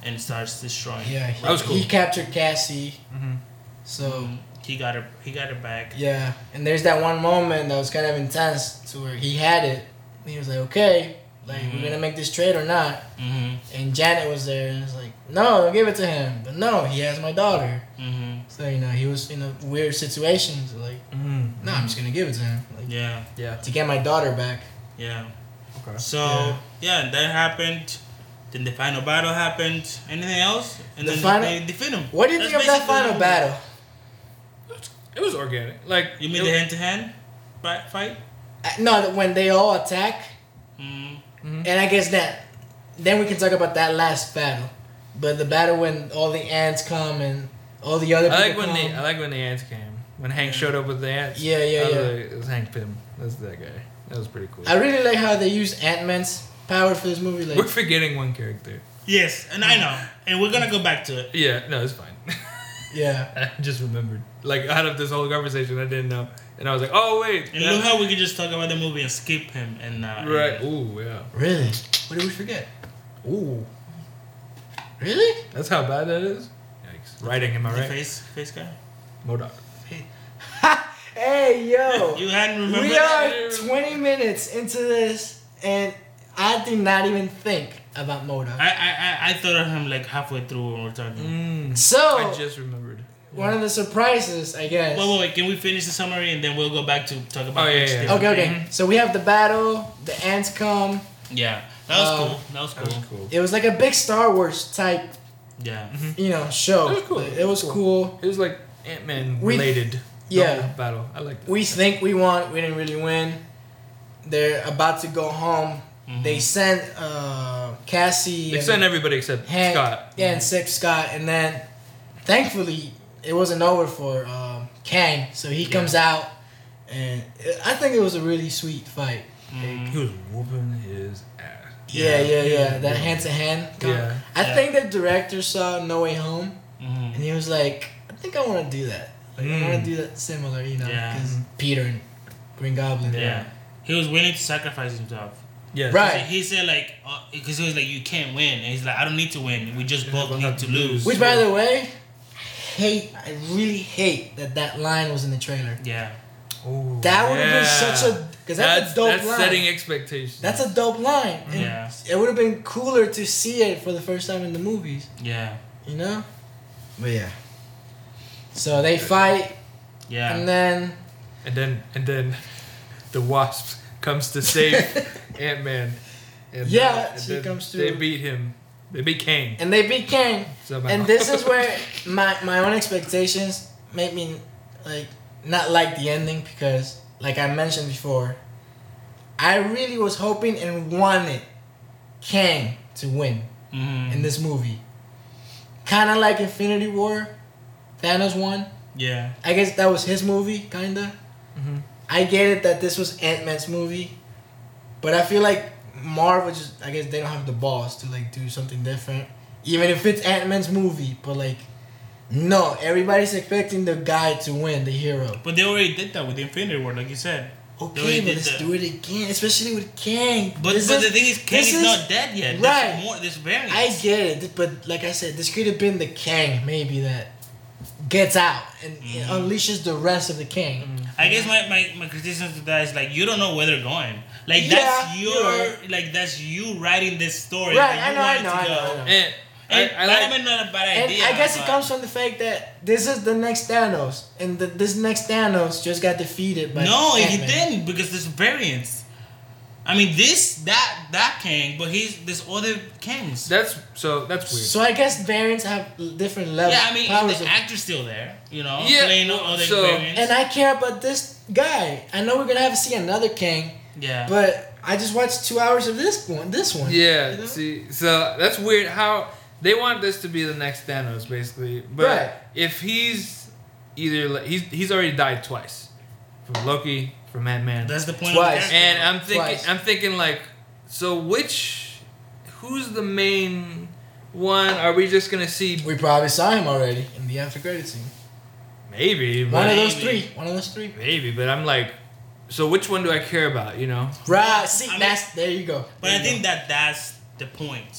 Speaker 3: and starts destroying.
Speaker 1: Yeah. He,
Speaker 2: That was cool.
Speaker 1: He captured Cassie.
Speaker 2: Mhm.
Speaker 1: So.
Speaker 3: He got her. He got her back.
Speaker 1: Yeah, and there's that one moment that was kind of intense to where he had it. And he was like, okay, like
Speaker 3: Mhm.
Speaker 1: we're gonna make this trade or not.
Speaker 3: Mhm.
Speaker 1: And Janet was there and was like, no, don't give it to him. But no, he has my daughter.
Speaker 3: Mhm.
Speaker 1: So you know he was in a weird situation. So like,
Speaker 2: mm,
Speaker 1: no, I'm just gonna give it to him like,
Speaker 3: Yeah.
Speaker 2: yeah.
Speaker 1: to get my daughter back.
Speaker 3: Yeah.
Speaker 2: Okay.
Speaker 3: So yeah. that happened. Then the final battle happened. Anything else? And
Speaker 1: The
Speaker 3: then
Speaker 1: final-
Speaker 3: they defeat him.
Speaker 1: What do you
Speaker 3: That's
Speaker 1: think of that
Speaker 3: basically the
Speaker 1: final
Speaker 3: movie.
Speaker 1: battle?
Speaker 2: It was organic. Like
Speaker 3: You mean
Speaker 2: it-
Speaker 3: the hand to hand fight?
Speaker 1: Uh, No, that when they all attack,
Speaker 3: Mm.
Speaker 2: Mm-hmm.
Speaker 1: and I guess that then we can talk about that last battle. But the battle when all the ants come and all the other
Speaker 2: I
Speaker 1: people
Speaker 2: like when
Speaker 1: come.
Speaker 2: the I like when the ants came. When Hank showed up with the ants.
Speaker 1: Yeah, yeah,
Speaker 2: I was
Speaker 1: yeah.
Speaker 2: like, it was Hank Pym. That's that guy. That was pretty cool.
Speaker 1: I really like how they use Ant Man's power for this movie.
Speaker 2: We're
Speaker 1: Like,
Speaker 2: forgetting one character.
Speaker 3: Yes, and I
Speaker 2: Mm.
Speaker 3: know, and we're gonna go back to it.
Speaker 2: Yeah, no, it's fine.
Speaker 1: yeah,
Speaker 2: I just remembered. Like out of this whole conversation, I didn't know, and I was like, oh wait.
Speaker 3: And look how we can just talk about the movie and skip him and uh,
Speaker 2: right. Ooh, yeah.
Speaker 1: really. What did we forget?
Speaker 2: Ooh,
Speaker 1: Really?
Speaker 2: that's how bad that is. Yikes. Writing, am I
Speaker 3: the
Speaker 2: right?
Speaker 3: face face guy.
Speaker 2: Modoc.
Speaker 1: Hey
Speaker 2: Oh.
Speaker 1: yo,
Speaker 3: You hadn't remembered.
Speaker 1: we
Speaker 3: that?
Speaker 1: are 20 minutes into this, and I did not even think about Modoc.
Speaker 3: I, I I I thought of him like halfway through when we're talking.
Speaker 2: Mm,
Speaker 1: So
Speaker 2: I just remembered.
Speaker 1: one of the surprises, I guess.
Speaker 3: Wait, wait, wait. Can we finish the summary and then we'll go back to talk about
Speaker 2: Oh, yeah,
Speaker 3: next
Speaker 2: yeah,
Speaker 3: thing?
Speaker 1: Okay,
Speaker 2: yeah.
Speaker 1: okay. So we have the battle. The ants come.
Speaker 3: Yeah, that was
Speaker 1: Um,
Speaker 3: cool. That was
Speaker 2: That was
Speaker 3: cool.
Speaker 2: cool.
Speaker 1: It was like a big Star Wars type,
Speaker 3: Yeah.
Speaker 1: you know, show.
Speaker 2: It was cool.
Speaker 1: Like, It was cool.
Speaker 2: It was like Ant Man
Speaker 1: We-
Speaker 2: related. the
Speaker 1: yeah.
Speaker 2: whole battle. I like that.
Speaker 1: We think we won. We didn't really win. They're about to go home.
Speaker 3: Mm-hmm.
Speaker 1: They send uh, Cassie.
Speaker 2: Mm-hmm. They
Speaker 1: and
Speaker 2: sent everybody except
Speaker 1: Hank,
Speaker 2: Scott.
Speaker 1: Yeah, and Sip Scott, and then thankfully it wasn't over for um, Kang, so he comes out, and I think it was a really sweet fight.
Speaker 3: Mm-hmm.
Speaker 2: He was whooping his ass.
Speaker 1: Yeah, yeah, yeah. That
Speaker 2: Yeah.
Speaker 1: hand to hand.
Speaker 2: Yeah.
Speaker 1: I
Speaker 3: Yeah.
Speaker 1: think the director saw No Way Home
Speaker 3: hmm
Speaker 1: and he was like, I think I want to do that. Like, I want
Speaker 2: Mm.
Speaker 1: to do that similar, you know,
Speaker 3: Yeah.
Speaker 1: because Peter and Green Goblin.
Speaker 3: Yeah. He was willing to sacrifice himself.
Speaker 2: Yeah.
Speaker 1: Right.
Speaker 3: So he said like, because he was like, you can't win, and he's like, I don't need to win. We just
Speaker 2: Yeah,
Speaker 3: both
Speaker 2: we'll
Speaker 3: need
Speaker 2: have
Speaker 3: to
Speaker 2: to
Speaker 3: lose.
Speaker 2: lose.
Speaker 1: Which, by the way, hate, I really hate that that line was in the trailer.
Speaker 3: Yeah.
Speaker 2: Ooh,
Speaker 1: That would have been
Speaker 2: yeah.
Speaker 1: such a, because that's, a dope
Speaker 2: that's
Speaker 1: line.
Speaker 2: setting expectations.
Speaker 1: That's a dope line. And
Speaker 3: Yeah.
Speaker 1: It would have been cooler to see it for the first time in the movies,
Speaker 3: Yeah.
Speaker 1: you know? But yeah. So they fight,
Speaker 3: Yeah.
Speaker 1: and then
Speaker 2: and then and then the wasp comes to save Ant Man.
Speaker 1: Yeah, she comes
Speaker 2: They
Speaker 1: through.
Speaker 2: beat him. They beat Kang.
Speaker 1: and they beat Kang.
Speaker 2: somehow.
Speaker 1: And this is where my my own expectations made me like not like the ending because like I mentioned before, I really was hoping and wanted Kang to win
Speaker 3: hmm
Speaker 1: in this movie. Kinda like Infinity War, Thanos won.
Speaker 3: yeah.
Speaker 1: I guess that was his movie, kinda.
Speaker 2: Mhm.
Speaker 1: I get it that this was Ant Man's movie, but I feel like Marvel just I guess they don't have the balls to like do something different, even if it's Ant Man's movie. But like, no, everybody's expecting the guy to win, the hero.
Speaker 3: But they already did that with Infinity War, like you said.
Speaker 1: Okay,
Speaker 3: did
Speaker 1: but let's
Speaker 3: that.
Speaker 1: do it again, especially with Kang.
Speaker 3: But,
Speaker 1: This
Speaker 3: but
Speaker 1: is-
Speaker 3: the thing is, Kang
Speaker 1: this
Speaker 3: is, not dead yet.
Speaker 1: Right.
Speaker 3: There's more. There's variants.
Speaker 1: I get it, but like I said, this could have been the Kang maybe that gets out and
Speaker 3: Mm-hmm.
Speaker 1: unleashes the rest of the Kang.
Speaker 3: I guess my, my, my criticism to that is like you don't know where they're going. Like
Speaker 1: Yeah,
Speaker 3: that's your
Speaker 1: you're
Speaker 3: like that's you writing this story.
Speaker 1: Right, I
Speaker 3: that you
Speaker 1: know, I
Speaker 3: wanted
Speaker 1: know,
Speaker 3: to
Speaker 1: I know,
Speaker 3: go.
Speaker 1: I know.
Speaker 2: And I,
Speaker 3: And
Speaker 2: I like.
Speaker 3: Iron Man not a bad
Speaker 1: And
Speaker 3: idea.
Speaker 1: I guess it
Speaker 3: but-
Speaker 1: comes from the fact that this is the next Thanos, and the, this next Thanos just got defeated by
Speaker 3: no, he
Speaker 1: Ant-Man.
Speaker 3: didn't because there's variants. I mean, this that that Kang, but he's there's other Kangs.
Speaker 2: That's so. That's weird.
Speaker 1: So I guess variants have different levels.
Speaker 3: yeah, I mean,
Speaker 1: powers.
Speaker 3: the
Speaker 1: of-
Speaker 3: actor's still there, you know,
Speaker 2: Yeah,
Speaker 3: playing
Speaker 2: well,
Speaker 3: other
Speaker 2: so-
Speaker 3: variants.
Speaker 1: and I care about this guy. I know we're gonna have to see another King,
Speaker 3: yeah,
Speaker 1: but I just watched two hours of this one. This one.
Speaker 2: yeah.
Speaker 1: you know?
Speaker 2: See, so that's weird. How they want this to be the next Thanos, basically. But
Speaker 1: Right.
Speaker 2: if he's either like, he's he's already died twice, from Loki, from Ant Man,
Speaker 3: that's the point.
Speaker 1: Twice.
Speaker 3: Of the character.
Speaker 2: And I'm thinking,
Speaker 1: Twice.
Speaker 2: I'm thinking like, so which, who's the main one? Are we just gonna see
Speaker 1: We probably saw him already in the after credits scene.
Speaker 2: maybe,
Speaker 1: One of
Speaker 2: but,
Speaker 1: those
Speaker 3: Maybe.
Speaker 1: three. One of those three.
Speaker 2: maybe, but I'm like, so which one do I care about? You know,
Speaker 1: Right. See,
Speaker 3: I mean-
Speaker 1: that's there you go.
Speaker 2: uh,
Speaker 3: but
Speaker 1: There
Speaker 3: I
Speaker 1: you
Speaker 3: think that that's the point.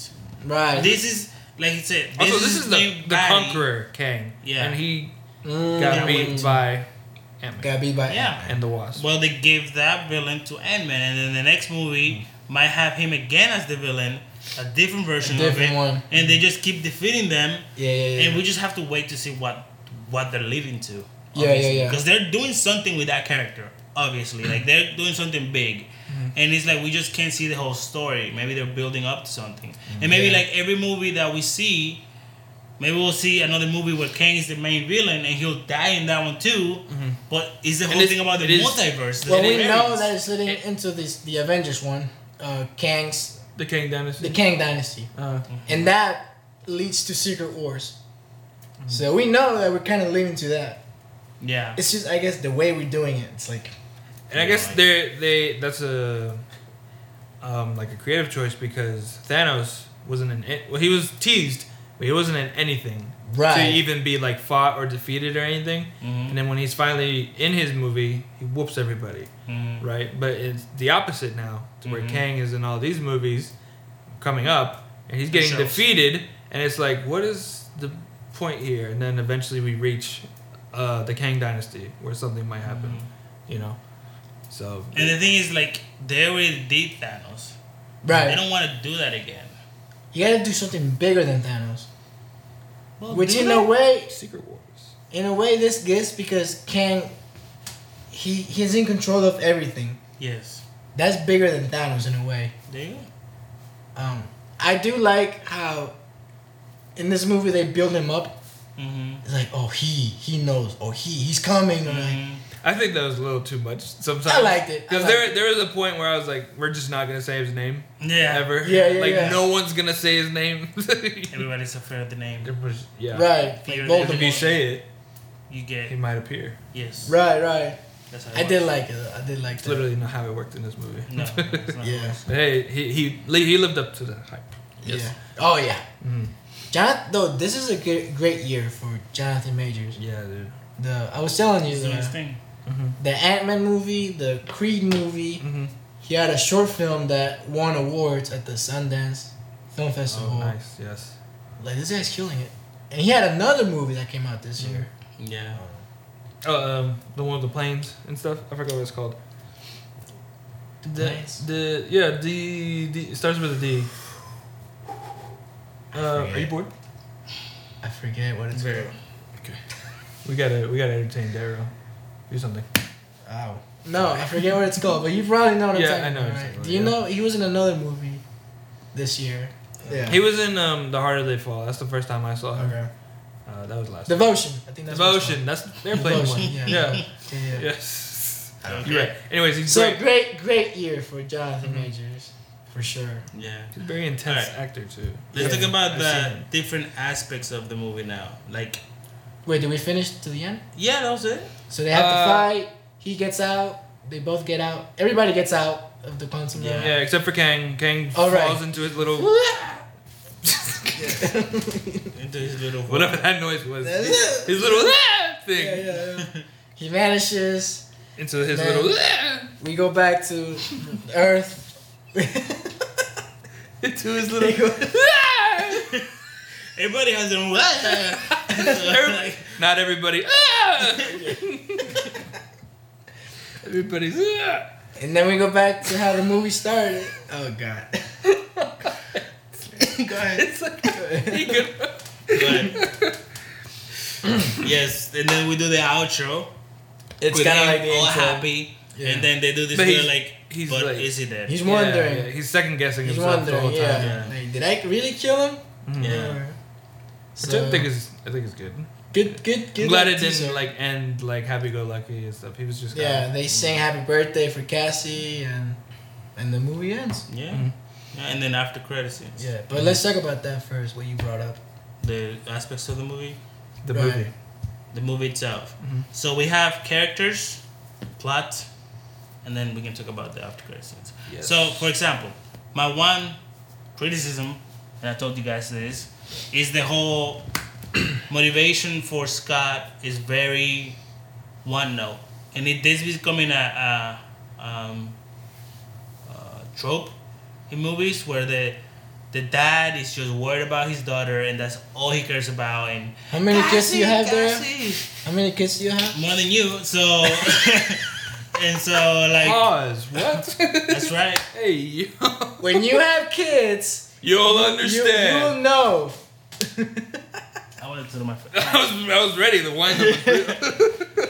Speaker 1: go. right.
Speaker 3: This is like he said. This
Speaker 2: also this is, the,
Speaker 3: new
Speaker 2: the
Speaker 3: baddie.
Speaker 2: conqueror Kang,
Speaker 3: Yeah.
Speaker 2: and he
Speaker 1: Mm,
Speaker 2: got
Speaker 3: Yeah,
Speaker 2: beat
Speaker 1: wait.
Speaker 2: by Ant Man
Speaker 1: Got beat by
Speaker 3: Yeah.
Speaker 1: Ant-Man.
Speaker 2: and the Wasp.
Speaker 3: Well, they gave that villain to Ant Man, and then the next movie
Speaker 1: Hmm.
Speaker 3: might have him again as the villain, a different version
Speaker 1: different
Speaker 3: of it,
Speaker 1: one.
Speaker 3: and they just keep defeating them,
Speaker 1: Yeah, yeah, yeah.
Speaker 3: and we just have to wait to see what what they're leading to.
Speaker 1: Yeah, yeah, yeah.
Speaker 3: Because they're doing something with that character, obviously. like they're doing something big,
Speaker 1: Mm-hmm.
Speaker 3: and it's like we just can't see the whole story. Maybe they're building up to something, and maybe
Speaker 1: Mm-hmm. Yeah.
Speaker 3: like every movie that we see. Maybe we'll see another movie where Kang is the main villain and he'll die in that one too.
Speaker 1: Mm-hmm.
Speaker 3: But it's the
Speaker 2: And
Speaker 3: whole
Speaker 2: it's-
Speaker 3: thing about the
Speaker 2: it is-
Speaker 3: multiverse. the
Speaker 1: Well, we
Speaker 3: variants.
Speaker 1: know that it's leading into this the Avengers one, uh, Kang's
Speaker 3: Mm-hmm.
Speaker 2: the Kang Dynasty.
Speaker 1: the Kang Dynasty,
Speaker 2: uh,
Speaker 1: and that leads to secret wars.
Speaker 3: Mm-hmm.
Speaker 1: So we know that we're kind of leaning to that.
Speaker 3: Yeah.
Speaker 1: It's just I guess the way we're doing it. It's like
Speaker 2: And I guess they they that's a um, like a creative choice because Thanos wasn't in it. Well, he was teased, but he wasn't in anything to
Speaker 1: Right.
Speaker 2: even be like fought or defeated or anything.
Speaker 3: Mhm.
Speaker 2: And then when he's finally in his movie, he whoops everybody,
Speaker 3: Mhm.
Speaker 2: right? But it's the opposite now, to where
Speaker 3: Mhm.
Speaker 2: Kang is in all these movies coming up, and he's getting
Speaker 3: Shows.
Speaker 2: defeated, and it's like, what is the point here? And then eventually we reach uh, the Kang Dynasty, where something might happen, you know. So
Speaker 3: Mm-hmm. And the thing is, like, they already did Thanos. They
Speaker 1: right.
Speaker 3: don't want to do that again.
Speaker 1: You gotta do something bigger than Thanos.
Speaker 3: Well,
Speaker 1: Which
Speaker 3: do
Speaker 1: in
Speaker 3: that.
Speaker 1: a way,
Speaker 2: Secret Wars.
Speaker 1: in a way, this gets because Kang, he he's in control of everything.
Speaker 3: Yes.
Speaker 1: That's bigger than Thanos in a way.
Speaker 3: There you go.
Speaker 1: Um, I do like how in this movie they build him up.
Speaker 3: Mm-hmm.
Speaker 1: It's like, oh, he he knows, oh, he he's coming. I'm like,
Speaker 3: Mm-hmm.
Speaker 2: I think that was a little too much sometimes.
Speaker 1: I liked it. I
Speaker 2: Because
Speaker 1: liked
Speaker 2: Mm-hmm. there, there was a point where I was like, we're just not gonna say his name
Speaker 3: Yeah.
Speaker 2: ever.
Speaker 1: Yeah, yeah,
Speaker 2: Like
Speaker 1: yeah.
Speaker 2: no one's gonna say his name.
Speaker 3: Everybody's afraid of the name.
Speaker 2: It was- yeah.
Speaker 1: Right, like
Speaker 3: Fear
Speaker 2: And If
Speaker 1: Voldemort.
Speaker 2: you say it,
Speaker 3: You
Speaker 2: he
Speaker 3: get
Speaker 2: might appear.
Speaker 3: yes.
Speaker 1: Right, right.
Speaker 3: That's how it
Speaker 1: I did
Speaker 3: works.
Speaker 1: like it. I did like
Speaker 2: It's
Speaker 1: that.
Speaker 2: literally not how it worked in this movie.
Speaker 3: No. it's not
Speaker 1: Yeah,
Speaker 2: But hey, he he li- he lived up to the hype.
Speaker 1: yeah. Oh yeah.
Speaker 2: Mm.
Speaker 1: Jonathan, though, this is a good, great year for Jonathan Majors.
Speaker 2: Yeah, dude.
Speaker 1: The I was telling you
Speaker 3: It's the next
Speaker 1: the,
Speaker 3: thing.
Speaker 1: the Ant Man movie, the Creed movie.
Speaker 2: Mm-hmm.
Speaker 1: He had a short film that won awards at the Sundance Film Festival.
Speaker 2: Oh, nice. Yes.
Speaker 1: Like this guy's killing it. And he had another movie that came out
Speaker 2: Mm-hmm.
Speaker 1: this year.
Speaker 3: Yeah.
Speaker 2: Oh, um, the one with the planes and stuff. I forgot what it's called. The,
Speaker 1: Planes?
Speaker 2: the yeah the, the it starts with a D. Uh, are you
Speaker 1: forget.
Speaker 2: bored?
Speaker 1: I forget what it's
Speaker 3: Very
Speaker 1: called.
Speaker 2: We gotta we gotta entertain Daryl. Do something.
Speaker 1: Ow. No, I forget what it's called, but you probably know what I'm
Speaker 2: Yeah, I
Speaker 1: talking
Speaker 2: know
Speaker 1: about.
Speaker 2: exactly
Speaker 1: right?
Speaker 2: what
Speaker 1: Do you
Speaker 2: it is.
Speaker 1: know he was in another movie this year? Yeah.
Speaker 2: He was in um, The Harder They Fall. That's the first time I saw him.
Speaker 1: okay.
Speaker 2: Uh, that was last.
Speaker 1: Devotion. I think that's what it's
Speaker 2: Devotion. That's they're playing one.
Speaker 1: Devotion,
Speaker 2: Yeah.
Speaker 1: yeah. called. Yeah, yeah.
Speaker 2: Yes.
Speaker 3: Okay.
Speaker 2: You're right. Anyways, he's
Speaker 1: So
Speaker 2: great.
Speaker 1: great, great year for Jonathan
Speaker 2: Mhm.
Speaker 1: Majors, for sure.
Speaker 3: Yeah.
Speaker 2: He's a very intense
Speaker 3: Alright.
Speaker 2: actor too.
Speaker 3: Let's
Speaker 1: Yeah,
Speaker 3: talk about
Speaker 2: I've seen
Speaker 3: the
Speaker 2: it.
Speaker 3: different aspects of the movie now. Like,
Speaker 1: Wait, did we finish to the end?
Speaker 3: yeah, that was it.
Speaker 1: So they have
Speaker 2: Uh,
Speaker 1: to fight. He gets out. They both get out. Everybody gets out of the quantum realm.
Speaker 2: Yeah, except for Kang. Kang
Speaker 1: All right.
Speaker 2: falls into his little
Speaker 3: Into his little
Speaker 2: whatever that noise was.
Speaker 1: That's it.
Speaker 2: His little thing.
Speaker 1: Yeah, yeah, yeah. He vanishes.
Speaker 2: Into his
Speaker 1: Man.
Speaker 2: little
Speaker 1: We go back to Earth.
Speaker 2: into his
Speaker 1: They
Speaker 2: little.
Speaker 1: go-
Speaker 3: Everybody has their own. like,
Speaker 2: Not everybody. Everybody's.
Speaker 1: and then we go back to how the movie started. Oh God.
Speaker 3: go ahead.
Speaker 2: It's like he could.
Speaker 3: Go ahead. yes, and then we do the outro.
Speaker 1: It's
Speaker 3: with
Speaker 1: kind of
Speaker 3: him
Speaker 1: like the
Speaker 3: all
Speaker 1: intro.
Speaker 3: happy,
Speaker 1: Yeah.
Speaker 3: and then they do this
Speaker 2: But
Speaker 3: little
Speaker 2: he's-
Speaker 3: like.
Speaker 2: he's
Speaker 3: but
Speaker 2: like-
Speaker 3: is he there?
Speaker 1: He's
Speaker 2: Yeah,
Speaker 1: wondering.
Speaker 2: yeah, He's second guessing
Speaker 1: He's
Speaker 2: himself the
Speaker 1: wondering.
Speaker 2: whole time. Mm.
Speaker 1: Yeah.
Speaker 3: yeah.
Speaker 1: Like, did I really kill him?
Speaker 3: Yeah.
Speaker 1: Or-
Speaker 2: Which I think is I think it's good.
Speaker 1: good. Good. Good.
Speaker 2: I'm glad
Speaker 1: like,
Speaker 2: it didn't
Speaker 1: teaser.
Speaker 2: like end like happy go lucky and stuff. He was just
Speaker 1: Yeah, they sing "Happy Birthday" for Cassie, and and the movie ends.
Speaker 3: Yeah.
Speaker 2: Mhm.
Speaker 3: Yeah, And then after credits, scenes.
Speaker 1: Yeah, but let's talk about that first. What you brought up.
Speaker 3: the aspects of the movie,
Speaker 2: the
Speaker 1: Right.
Speaker 2: movie.
Speaker 3: the movie itself.
Speaker 2: Mhm.
Speaker 3: So we have characters, plot, and then we can talk about the after credits scenes.
Speaker 2: Yes.
Speaker 3: So, for example, my one criticism, and I told you guys this, is the whole motivation for Scott is very one note, and it is becoming a, a um, uh, trope in movies where the the dad is just worried about his daughter, and that's all he cares about, and
Speaker 1: How many kids do you have there?
Speaker 3: Cassie.
Speaker 1: How many kids do you have?
Speaker 3: More than you, so and so like
Speaker 2: Oh. Pause. What?
Speaker 3: that's right.
Speaker 2: hey, you-
Speaker 1: When you have kids, you,
Speaker 2: you'll
Speaker 1: you will
Speaker 2: understand.
Speaker 1: know.
Speaker 3: I wanted to do my
Speaker 2: I was I was ready. The wine.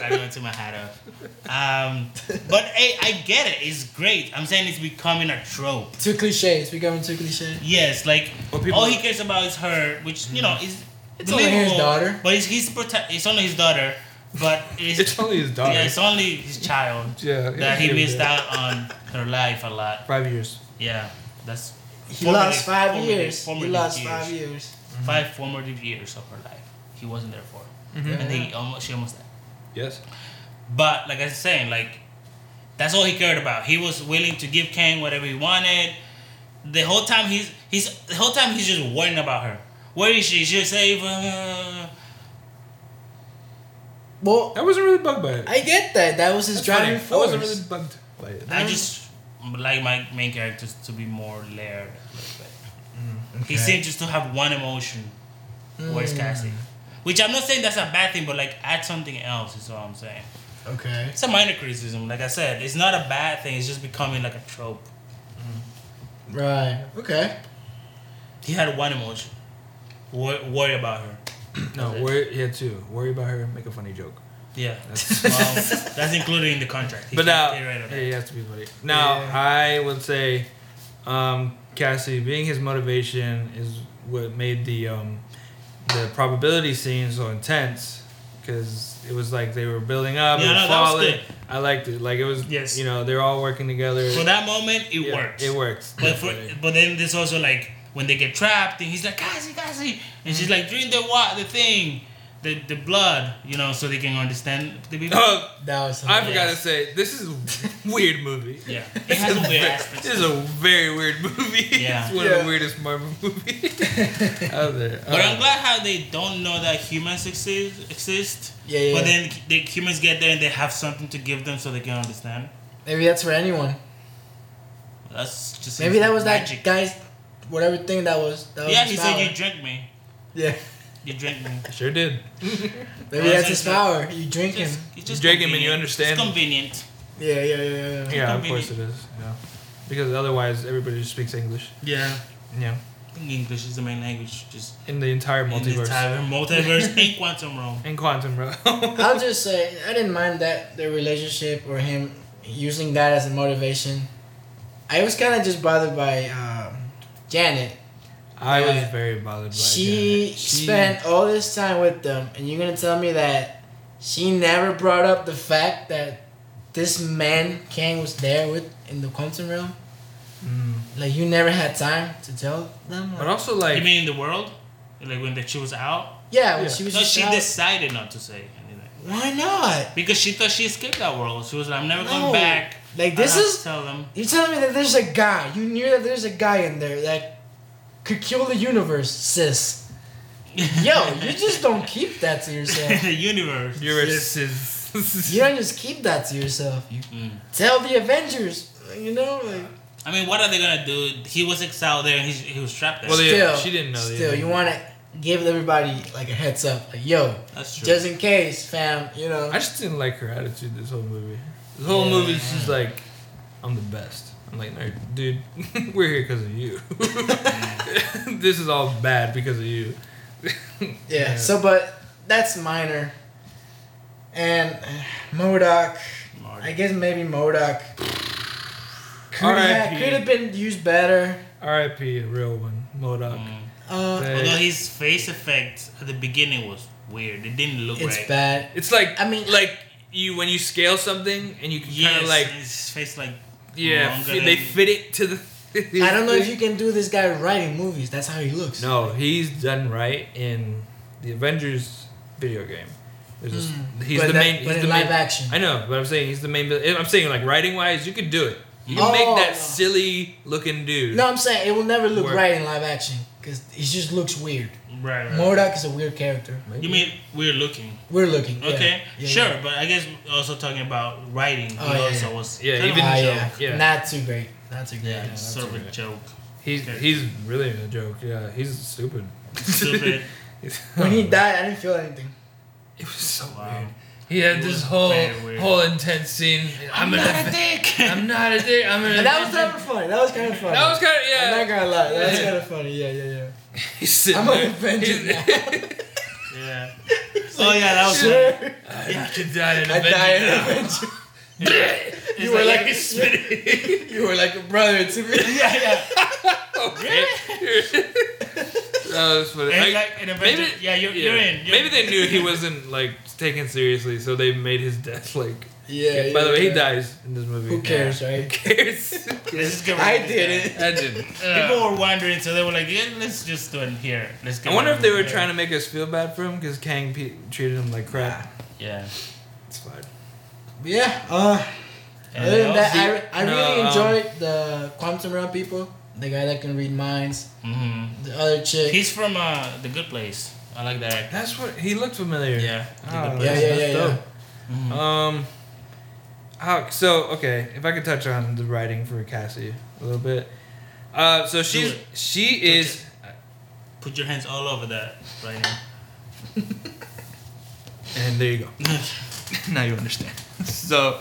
Speaker 3: I wanted to my hat off. Um, but hey, I get it. It's great. I'm saying it's becoming a trope.
Speaker 1: Too cliche. It's becoming too cliche.
Speaker 3: Yes, like
Speaker 2: Well, people-
Speaker 3: all he cares about is her, which you know is
Speaker 1: It's only his
Speaker 3: believable,
Speaker 1: daughter.
Speaker 3: But it's his prote- It's only his daughter. But it's,
Speaker 2: It's only his daughter.
Speaker 3: yeah, it's only his child
Speaker 2: Yeah.
Speaker 3: that he missed out on her life a lot.
Speaker 2: Five years.
Speaker 3: Yeah, that's
Speaker 1: He
Speaker 3: Formative-
Speaker 1: lost five
Speaker 3: formative-
Speaker 1: years.
Speaker 3: formative
Speaker 1: he lost
Speaker 3: years.
Speaker 1: five years.
Speaker 2: Mm-hmm.
Speaker 3: Five formative years of her life. He wasn't there for,
Speaker 2: Mhm.
Speaker 3: and they almost she almost died.
Speaker 2: Yes.
Speaker 3: But like I was saying, like that's all he cared about. He was willing to give Kang whatever he wanted. The whole time he's he's the whole time he's just worrying about her. Where is she? She's safe. Uh,
Speaker 1: Well,
Speaker 2: I wasn't really bugged by it.
Speaker 1: I get that. That was his
Speaker 2: That's
Speaker 1: driving
Speaker 2: funny.
Speaker 1: force.
Speaker 2: I wasn't really bugged by it.
Speaker 3: I just like my main characters to be more layered. a little bit. He seems just to have one emotion. Where's Cassie? Which I'm not saying that's a bad thing, but like add something else is what I'm saying.
Speaker 1: Okay.
Speaker 3: It's a minor criticism. Like I said, it's not a bad thing. It's just becoming like a trope.
Speaker 1: Right. Okay.
Speaker 3: He had one emotion. Wor- worry about her.
Speaker 2: No, worry, yeah, too. Worry about her, make a funny joke.
Speaker 3: Yeah.
Speaker 2: That's-
Speaker 3: well, that's included in the contract. He
Speaker 2: but
Speaker 3: can't
Speaker 2: now,
Speaker 3: get rid of
Speaker 2: yeah,
Speaker 3: it.
Speaker 2: he has to be funny. Now, I would say, um, Cassie being his motivation is what made the um, the probability scene so intense because it was like they were building up.
Speaker 3: Yeah,
Speaker 2: it
Speaker 3: no, that was
Speaker 2: solid.
Speaker 3: good.
Speaker 2: I liked it. Like it was.
Speaker 3: Yes.
Speaker 2: You know, they're all working together.
Speaker 3: For that moment, it
Speaker 2: Yeah,
Speaker 3: works.
Speaker 2: It works.
Speaker 3: But for,
Speaker 2: definitely.
Speaker 3: but then there's also like when they get trapped and he's like Cassie, Cassie, and
Speaker 2: Mm-hmm.
Speaker 3: she's like drink the wa- the thing, the the blood, you know, so they can understand the people.
Speaker 2: oh,
Speaker 1: That was.
Speaker 2: I forgot
Speaker 3: Yeah.
Speaker 2: to say this is a weird movie.
Speaker 3: Yeah, it has a weird aspect.
Speaker 2: This is a very weird movie.
Speaker 3: Yeah.
Speaker 2: it's one of
Speaker 1: Yeah.
Speaker 2: the weirdest Marvel movies out there.
Speaker 3: But I'm
Speaker 2: Uh,
Speaker 3: glad how they don't know that humans exist. exist
Speaker 1: Yeah, yeah.
Speaker 3: But then the humans get there and they have something to give them so they can understand.
Speaker 1: Maybe that's for anyone.
Speaker 3: That's just
Speaker 1: Maybe that was
Speaker 3: magic.
Speaker 1: that guy's whatever thing that was. That was
Speaker 3: yeah,
Speaker 1: his
Speaker 3: he
Speaker 1: power.
Speaker 3: said you drink me.
Speaker 1: yeah.
Speaker 3: You drink me.
Speaker 2: Sure did.
Speaker 1: Maybe
Speaker 3: Oh,
Speaker 1: that's
Speaker 3: so
Speaker 1: his
Speaker 3: it's not-
Speaker 1: power. You drink him.
Speaker 3: Just, it's just
Speaker 2: drink him and
Speaker 3: convenient.
Speaker 2: you understand.
Speaker 3: It's convenient.
Speaker 1: Yeah, yeah, yeah, yeah.
Speaker 2: Yeah, of course it is. Yeah, because otherwise everybody just speaks English.
Speaker 3: Yeah.
Speaker 2: Yeah,
Speaker 3: I think English is the main language. Just
Speaker 2: in the entire
Speaker 3: in the
Speaker 2: multiverse
Speaker 3: entire multiverse in quantum realm.
Speaker 2: in quantum realm.
Speaker 1: I'll just say I didn't mind that their relationship or him using that as a motivation. I was kind of just bothered by um, Janet.
Speaker 2: I was
Speaker 1: Yeah.
Speaker 2: very bothered by
Speaker 1: She,
Speaker 2: Janet.
Speaker 1: spent all this time with them, and you're gonna tell me that she never brought up the fact that this man Kang was there with in the quantum realm.
Speaker 2: Mm.
Speaker 1: Like you never had time to tell them.
Speaker 2: But also like
Speaker 3: you mean in the world? Like when the, she was out?
Speaker 1: yeah, when
Speaker 2: Yeah.
Speaker 1: she was
Speaker 3: No,
Speaker 1: just
Speaker 3: she
Speaker 1: out-
Speaker 3: decided not to say anything.
Speaker 1: Why not?
Speaker 3: Because she thought she escaped that world. She was like, I'm never
Speaker 1: No.
Speaker 3: going back.
Speaker 1: Like
Speaker 3: I
Speaker 1: this
Speaker 3: have to
Speaker 1: is
Speaker 3: tell them.
Speaker 1: You're telling me that there's a guy. You knew that there's a guy in there that could kill the universe, sis. Yo, you just don't keep that to yourself.
Speaker 3: the universe.
Speaker 2: you're a
Speaker 1: Yes.
Speaker 2: sis.
Speaker 1: You don't just keep that to yourself. You
Speaker 3: Mm.
Speaker 1: tell the Avengers. You know, like
Speaker 3: I mean, what are they gonna do? He was exiled there, and he, he was trapped there.
Speaker 2: Well, they-
Speaker 1: still,
Speaker 2: she didn't know the
Speaker 1: Still, you
Speaker 2: Avengers.
Speaker 1: want to give everybody like a heads up, like yo,
Speaker 3: That's true.
Speaker 1: just in case, fam. You know.
Speaker 2: I just didn't like her attitude this whole movie. This whole
Speaker 1: Yeah.
Speaker 2: movie, she's like, I'm the best. I'm like, no, dude, we're here because of you. this is all bad because of you.
Speaker 1: Yeah.
Speaker 2: Yeah.
Speaker 1: So, but that's minor. And uh, Modoc, I guess maybe Modoc could, have,
Speaker 2: R.I.P..
Speaker 1: could have been used better.
Speaker 2: R.I.P. a real one, Modoc.
Speaker 3: Mm.
Speaker 1: Uh,
Speaker 2: They-
Speaker 3: Although his face effect at the beginning was weird. It didn't look
Speaker 1: it's
Speaker 3: right.
Speaker 1: bad.
Speaker 2: It's like
Speaker 1: I mean-
Speaker 2: like you when you scale something and you can kind
Speaker 3: Yes,
Speaker 2: of like
Speaker 3: his face like
Speaker 2: yeah,
Speaker 3: longer
Speaker 2: fi- they
Speaker 3: than-
Speaker 2: fit it to the.
Speaker 1: I don't know if you can do this guy writing movies. That's how he looks.
Speaker 2: No, he's done right in the Avengers video game. There's this- he's
Speaker 1: Mm. but
Speaker 2: the
Speaker 1: that-
Speaker 2: main.
Speaker 1: but
Speaker 2: he's
Speaker 1: in
Speaker 2: the
Speaker 1: live
Speaker 2: main,
Speaker 1: action.
Speaker 2: I know, but I'm saying he's the main. I'm saying like writing wise, you could do it. You can
Speaker 1: Oh,
Speaker 2: make that
Speaker 1: no.
Speaker 2: silly looking dude.
Speaker 1: No, I'm saying it will never look
Speaker 2: Work.
Speaker 1: right in live action because it just looks weird.
Speaker 3: right. right.
Speaker 1: Mordok is a weird character.
Speaker 2: Maybe.
Speaker 3: You mean weird looking?
Speaker 1: Weird looking. yeah.
Speaker 3: Okay,
Speaker 1: Yeah,
Speaker 3: sure.
Speaker 1: yeah.
Speaker 3: But I guess also talking about writing.
Speaker 1: Oh,
Speaker 3: Oh,
Speaker 1: yeah,
Speaker 3: also
Speaker 1: yeah.
Speaker 3: was
Speaker 2: Yeah,
Speaker 3: kind of
Speaker 2: even-
Speaker 1: Ah,
Speaker 3: a joke.
Speaker 1: yeah.
Speaker 2: Yeah.
Speaker 1: Not too great. Not too great.
Speaker 3: Yeah,
Speaker 1: no.
Speaker 2: that's
Speaker 3: sort of
Speaker 2: okay.
Speaker 3: a joke.
Speaker 2: he's he's really a joke. Yeah, he's stupid.
Speaker 3: Stupid.
Speaker 1: When he died, I didn't feel anything.
Speaker 2: It was so
Speaker 3: Wow.
Speaker 2: weird. He had
Speaker 3: It
Speaker 2: this
Speaker 3: was
Speaker 2: whole
Speaker 3: very weird.
Speaker 2: whole intense scene. I'm, an
Speaker 3: not a
Speaker 2: Aven-
Speaker 3: dick.
Speaker 2: I'm not a dick. I'm an.
Speaker 1: And that was
Speaker 2: Avenger.
Speaker 1: kind of funny. That was kind of funny.
Speaker 2: That was kind of
Speaker 1: I'm
Speaker 2: yeah.
Speaker 1: not gonna lie. That was
Speaker 2: Yeah.
Speaker 1: kind of funny. Yeah, yeah, yeah.
Speaker 2: He's sitting
Speaker 1: I'm an
Speaker 2: there.
Speaker 1: Avenger
Speaker 2: He's-
Speaker 1: now.
Speaker 3: yeah. Oh yeah, that was.
Speaker 1: sure.
Speaker 2: I could die an
Speaker 1: I
Speaker 2: Avenger.
Speaker 1: die an
Speaker 2: now.
Speaker 1: Avenger.
Speaker 3: It's
Speaker 1: You were
Speaker 3: like-
Speaker 1: like you were like a brother to me.
Speaker 3: yeah, yeah.
Speaker 2: Okay. that was funny.
Speaker 3: And
Speaker 2: I-
Speaker 3: like an Avenger.
Speaker 2: maybe-
Speaker 3: yeah, you're,
Speaker 2: yeah.
Speaker 3: you're in. You're
Speaker 2: Maybe they knew he wasn't like taken seriously, so they made his death like
Speaker 1: Yeah.
Speaker 2: By the way, he
Speaker 1: yeah.
Speaker 2: dies in this movie.
Speaker 1: Who cares, right?
Speaker 2: Who cares?
Speaker 3: Let's just get rid
Speaker 1: I
Speaker 3: of it.
Speaker 1: didn't.
Speaker 2: I didn't.
Speaker 3: People were wondering, so they were like, yeah, let's just do it here. Let's get
Speaker 2: I wonder if
Speaker 3: rid of
Speaker 2: they
Speaker 3: it
Speaker 2: were
Speaker 3: here."
Speaker 2: trying to make us feel bad for him because Kang pe- treated him like crap.
Speaker 3: Yeah.
Speaker 2: It's fine.
Speaker 1: Yeah. Uh,
Speaker 3: And
Speaker 1: other than that,
Speaker 3: also-
Speaker 1: I, re- I
Speaker 2: No,
Speaker 1: really
Speaker 2: um,
Speaker 1: enjoyed the Quantum Realm people. The guy that can read minds.
Speaker 3: Mhm.
Speaker 1: The other chick.
Speaker 3: He's from uh, The Good Place. I like that actor.
Speaker 2: That's what he looked familiar.
Speaker 3: Yeah. The
Speaker 2: Oh,
Speaker 3: Good Mm-hmm.
Speaker 1: Yeah,
Speaker 2: that's-
Speaker 1: yeah,
Speaker 2: that's
Speaker 1: yeah,
Speaker 2: dope. Um. How, so okay, if I could touch on the writing for Cassie a little bit. Uh, so she's
Speaker 3: it.
Speaker 2: she is
Speaker 3: Put your hands all over that right now.
Speaker 2: And there you go. now you understand. So,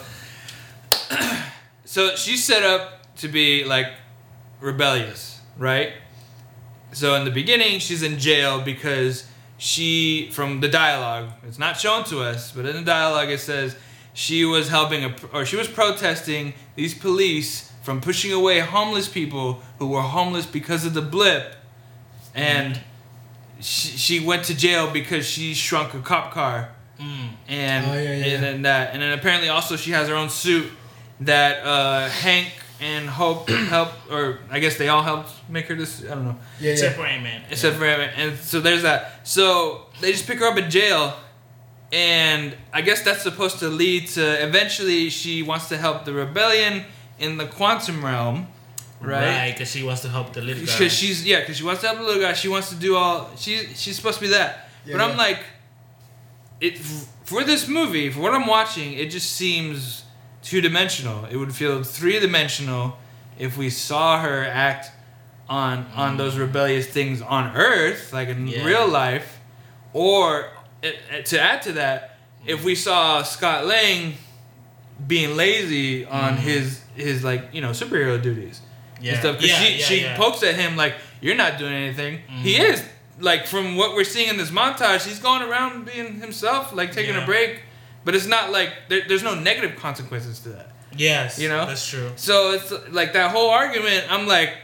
Speaker 2: so she's set up to be like rebellious, right? So in the beginning, she's in jail because she, from the dialogue, it's not shown to us, but in the dialogue it says she was helping a, or she was protesting these police from pushing away homeless people who were homeless because of the blip, and she, she went to jail because she shrunk a cop car
Speaker 3: Mm.
Speaker 2: and
Speaker 1: Oh, yeah, yeah,
Speaker 2: and then that and then apparently also she has her own suit that uh, Hank and Hope help or I guess they all helped make her this I don't know
Speaker 1: yeah, yeah.
Speaker 3: Except for Ant Man.
Speaker 2: except for him and so there's that so they just pick her up in jail and I guess that's supposed to lead to eventually she wants to help the rebellion in the quantum realm right
Speaker 3: Right, because she wants to help the little guy.
Speaker 2: because she's yeah, because she wants to help the little guy. She wants to do all. She she's supposed to be that.
Speaker 1: Yeah,
Speaker 2: but I'm
Speaker 1: yeah.
Speaker 2: like, it for this movie for what I'm watching. It just seems two dimensional. It would feel three dimensional if we saw her act on
Speaker 1: Mm.
Speaker 2: on those rebellious things on Earth, like in
Speaker 3: Yeah.
Speaker 2: real life, or eh, eh, to add to that, if we saw Scott Lang being lazy on
Speaker 1: Mm.
Speaker 2: his his like you know superhero duties and stuff. Cause she she pokes at him like you're not doing anything.
Speaker 3: Mm-hmm.
Speaker 2: He is like from what we're seeing in this montage, he's going around being himself, like taking
Speaker 3: Yeah.
Speaker 2: a break. But it's not like there, there's no negative consequences to that.
Speaker 3: yes,
Speaker 2: you know?
Speaker 3: that's true.
Speaker 2: So it's like that whole argument. I'm like,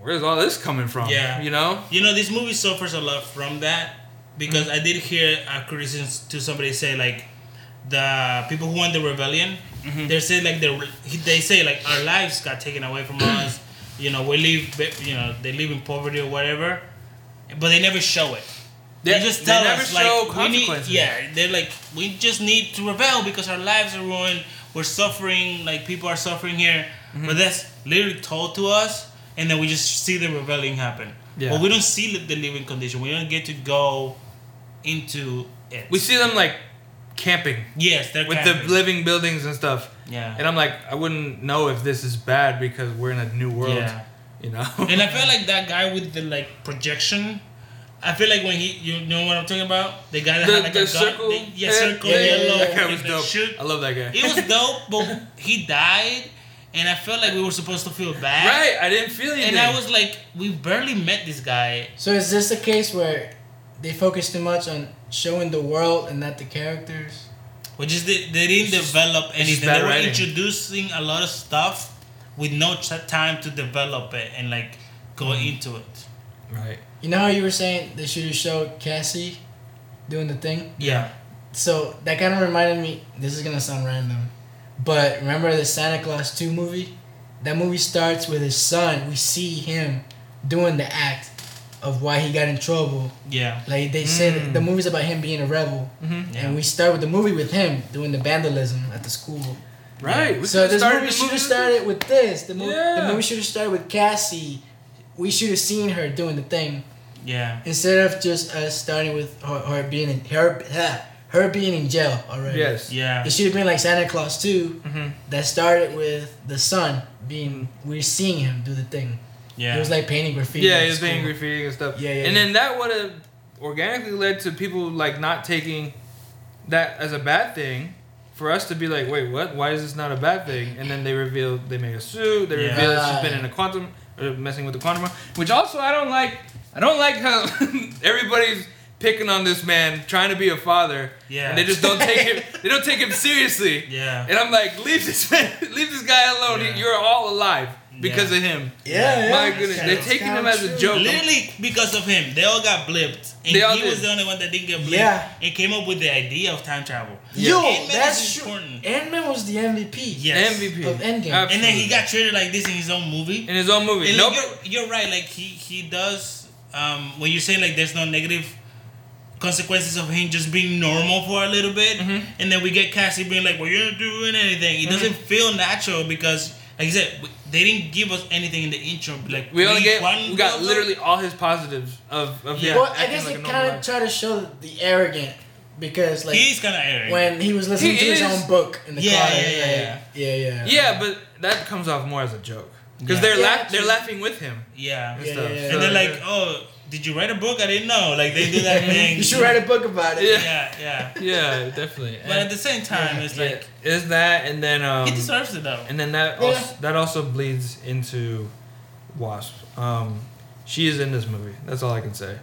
Speaker 2: where's all this coming from?
Speaker 3: Yeah.
Speaker 2: you know.
Speaker 3: You know, this movie suffers a lot from that because I did hear a criticism to somebody say like the people who won the rebellion, they say like they they say like our lives got taken away from us. You know, we live, you know, they live in poverty or whatever, but they never show it. They, just tell us like we need, yeah. They're like we just need to rebel because our lives are ruined. We're suffering, like people are suffering here.
Speaker 2: Mm-hmm.
Speaker 3: But that's literally told to us, and then we just see the rebellion happen.
Speaker 2: Yeah.
Speaker 3: But we don't see li- the living condition. We don't get to go into it.
Speaker 2: We see them like camping
Speaker 3: yes, they're
Speaker 2: with
Speaker 3: camping.
Speaker 2: the living buildings and stuff.
Speaker 3: yeah.
Speaker 2: And I'm like, I wouldn't know if this is bad because we're in a new world.
Speaker 3: Yeah.
Speaker 2: You know.
Speaker 3: And I feel like that guy with the like projection. I feel like when he, you know what I'm talking about, the guy that
Speaker 2: the,
Speaker 3: had like
Speaker 2: the
Speaker 3: a
Speaker 2: circle,
Speaker 3: gun, yeah,
Speaker 2: head?
Speaker 3: circle,
Speaker 2: yeah, yeah, yeah.
Speaker 3: yellow,
Speaker 2: That guy
Speaker 3: with
Speaker 2: was
Speaker 3: the
Speaker 2: dope.
Speaker 3: shoot.
Speaker 2: I love that guy.
Speaker 3: It was dope, but he died, and I felt like we were supposed to feel bad.
Speaker 2: right, I didn't feel anything.
Speaker 3: And I was like, we barely met this guy.
Speaker 1: So is this a case where they focus too much on showing the world and not the characters?
Speaker 3: We just did, they didn't
Speaker 2: It's just-
Speaker 3: develop
Speaker 2: it's just
Speaker 3: anything.
Speaker 2: bad
Speaker 3: They were
Speaker 2: writing.
Speaker 3: introducing a lot of stuff with no t- time to develop it and like go
Speaker 2: Mm.
Speaker 3: into it.
Speaker 2: right.
Speaker 1: You know how you were saying they should have showed Cassie doing the thing?
Speaker 3: Yeah.
Speaker 1: So that kind of reminded me, this is going to sound random, but remember the Santa Claus 2 movie? That movie starts with his son. We see him doing the act of why he got in trouble.
Speaker 3: Yeah.
Speaker 1: Like they said,
Speaker 2: Mm.
Speaker 1: the movie's about him being a rebel.
Speaker 3: Yeah.
Speaker 1: And we start with the movie with him doing the vandalism at the school.
Speaker 2: Right. We
Speaker 1: So
Speaker 2: should've
Speaker 1: this
Speaker 2: started
Speaker 1: movie
Speaker 2: the
Speaker 1: should have started with this. The movie,
Speaker 2: Yeah.
Speaker 1: the movie should have started with Cassie. We should have seen her doing the thing
Speaker 3: yeah.
Speaker 1: instead of just us starting with her, her being in her yeah, her being in jail already.
Speaker 2: Yes.
Speaker 3: Yeah.
Speaker 1: It should have been like Santa Claus too,
Speaker 2: Mhm.
Speaker 1: that started with the son being. We're seeing him do the thing.
Speaker 3: Yeah.
Speaker 1: It was like painting graffiti.
Speaker 2: Yeah,
Speaker 1: at
Speaker 2: he was being
Speaker 1: school.
Speaker 2: graffiti and stuff.
Speaker 1: Yeah, yeah,
Speaker 2: And
Speaker 1: yeah.
Speaker 2: then that would have organically led to people like not taking that as a bad thing. For us to be like, wait, what? Why is this not a bad thing? And then they reveal they make a suit. They
Speaker 3: Yeah.
Speaker 2: reveal that she's
Speaker 1: Right.
Speaker 2: been in a quantum or messing with the quantum, realm, which also I don't like. I don't like how everybody's picking on this man trying to be a father.
Speaker 3: Yeah.
Speaker 2: And they just don't take him. They don't take him seriously.
Speaker 3: yeah.
Speaker 2: And I'm like, leave this man, leave this guy alone.
Speaker 3: Yeah.
Speaker 2: You're all alive. because of him.
Speaker 1: Yeah, yeah.
Speaker 2: My goodness, they're
Speaker 1: That's
Speaker 2: taking
Speaker 1: kinda
Speaker 2: him as a
Speaker 1: true.
Speaker 2: joke. I'm-
Speaker 3: Literally because of him, they all got blipped, and
Speaker 2: They all
Speaker 3: he was
Speaker 2: did.
Speaker 3: the only one that didn't get blipped.
Speaker 1: Yeah.
Speaker 3: and came up with the idea of time travel.
Speaker 1: Yo,
Speaker 3: Ant-Man
Speaker 1: that's
Speaker 3: is
Speaker 1: true.
Speaker 3: important.
Speaker 1: Ant Man was the MVP.
Speaker 3: Yes.
Speaker 2: MVP
Speaker 1: Of Endgame.
Speaker 2: Absolutely.
Speaker 3: and then he got treated like this in his own movie.
Speaker 2: in his own movie.
Speaker 3: And
Speaker 2: No,
Speaker 3: like, you're, you're right. Like he he does. Um, when you say like there's no negative consequences of him just being normal for a little bit,
Speaker 2: Mm-hmm.
Speaker 3: and then we get Cassie being like, "Well, you're not doing anything." It doesn't feel natural because, like you said, we- they didn't give us anything in the intro. Like
Speaker 2: we only
Speaker 3: we-
Speaker 2: get
Speaker 3: one
Speaker 2: we got
Speaker 3: girl-
Speaker 2: literally all his positives of of
Speaker 3: Yeah.
Speaker 2: him.
Speaker 1: well, I
Speaker 2: acting
Speaker 1: guess
Speaker 2: like
Speaker 1: they
Speaker 2: a normal
Speaker 1: kind
Speaker 2: guy.
Speaker 1: of try to show the arrogant because like
Speaker 3: He's kind of arrogant.
Speaker 1: when he was listening
Speaker 2: He
Speaker 1: to his
Speaker 2: is.
Speaker 1: own book in the
Speaker 3: Yeah,
Speaker 1: car.
Speaker 3: yeah,
Speaker 1: like,
Speaker 3: yeah,
Speaker 1: yeah, yeah,
Speaker 2: Yeah, but that comes off more as a joke because
Speaker 3: Yeah.
Speaker 2: they're
Speaker 1: Yeah,
Speaker 2: laugh- they're
Speaker 1: true.
Speaker 2: laughing with him.
Speaker 3: yeah.
Speaker 2: And
Speaker 1: Yeah,
Speaker 2: stuff.
Speaker 1: yeah, yeah.
Speaker 2: So
Speaker 3: and they're like,
Speaker 2: they're-
Speaker 3: "Oh, did you write a book? I didn't know." Like they do that thing.
Speaker 1: You should write a book about it.
Speaker 2: Yeah.
Speaker 3: Yeah, yeah.
Speaker 2: yeah, definitely.
Speaker 3: But at the same time, it's
Speaker 2: Yeah,
Speaker 3: like
Speaker 2: is that and then um
Speaker 3: he deserves it though.
Speaker 2: and then that
Speaker 1: Yeah.
Speaker 2: also, that also bleeds into Wasp. Um, she is in this movie. That's all I can say.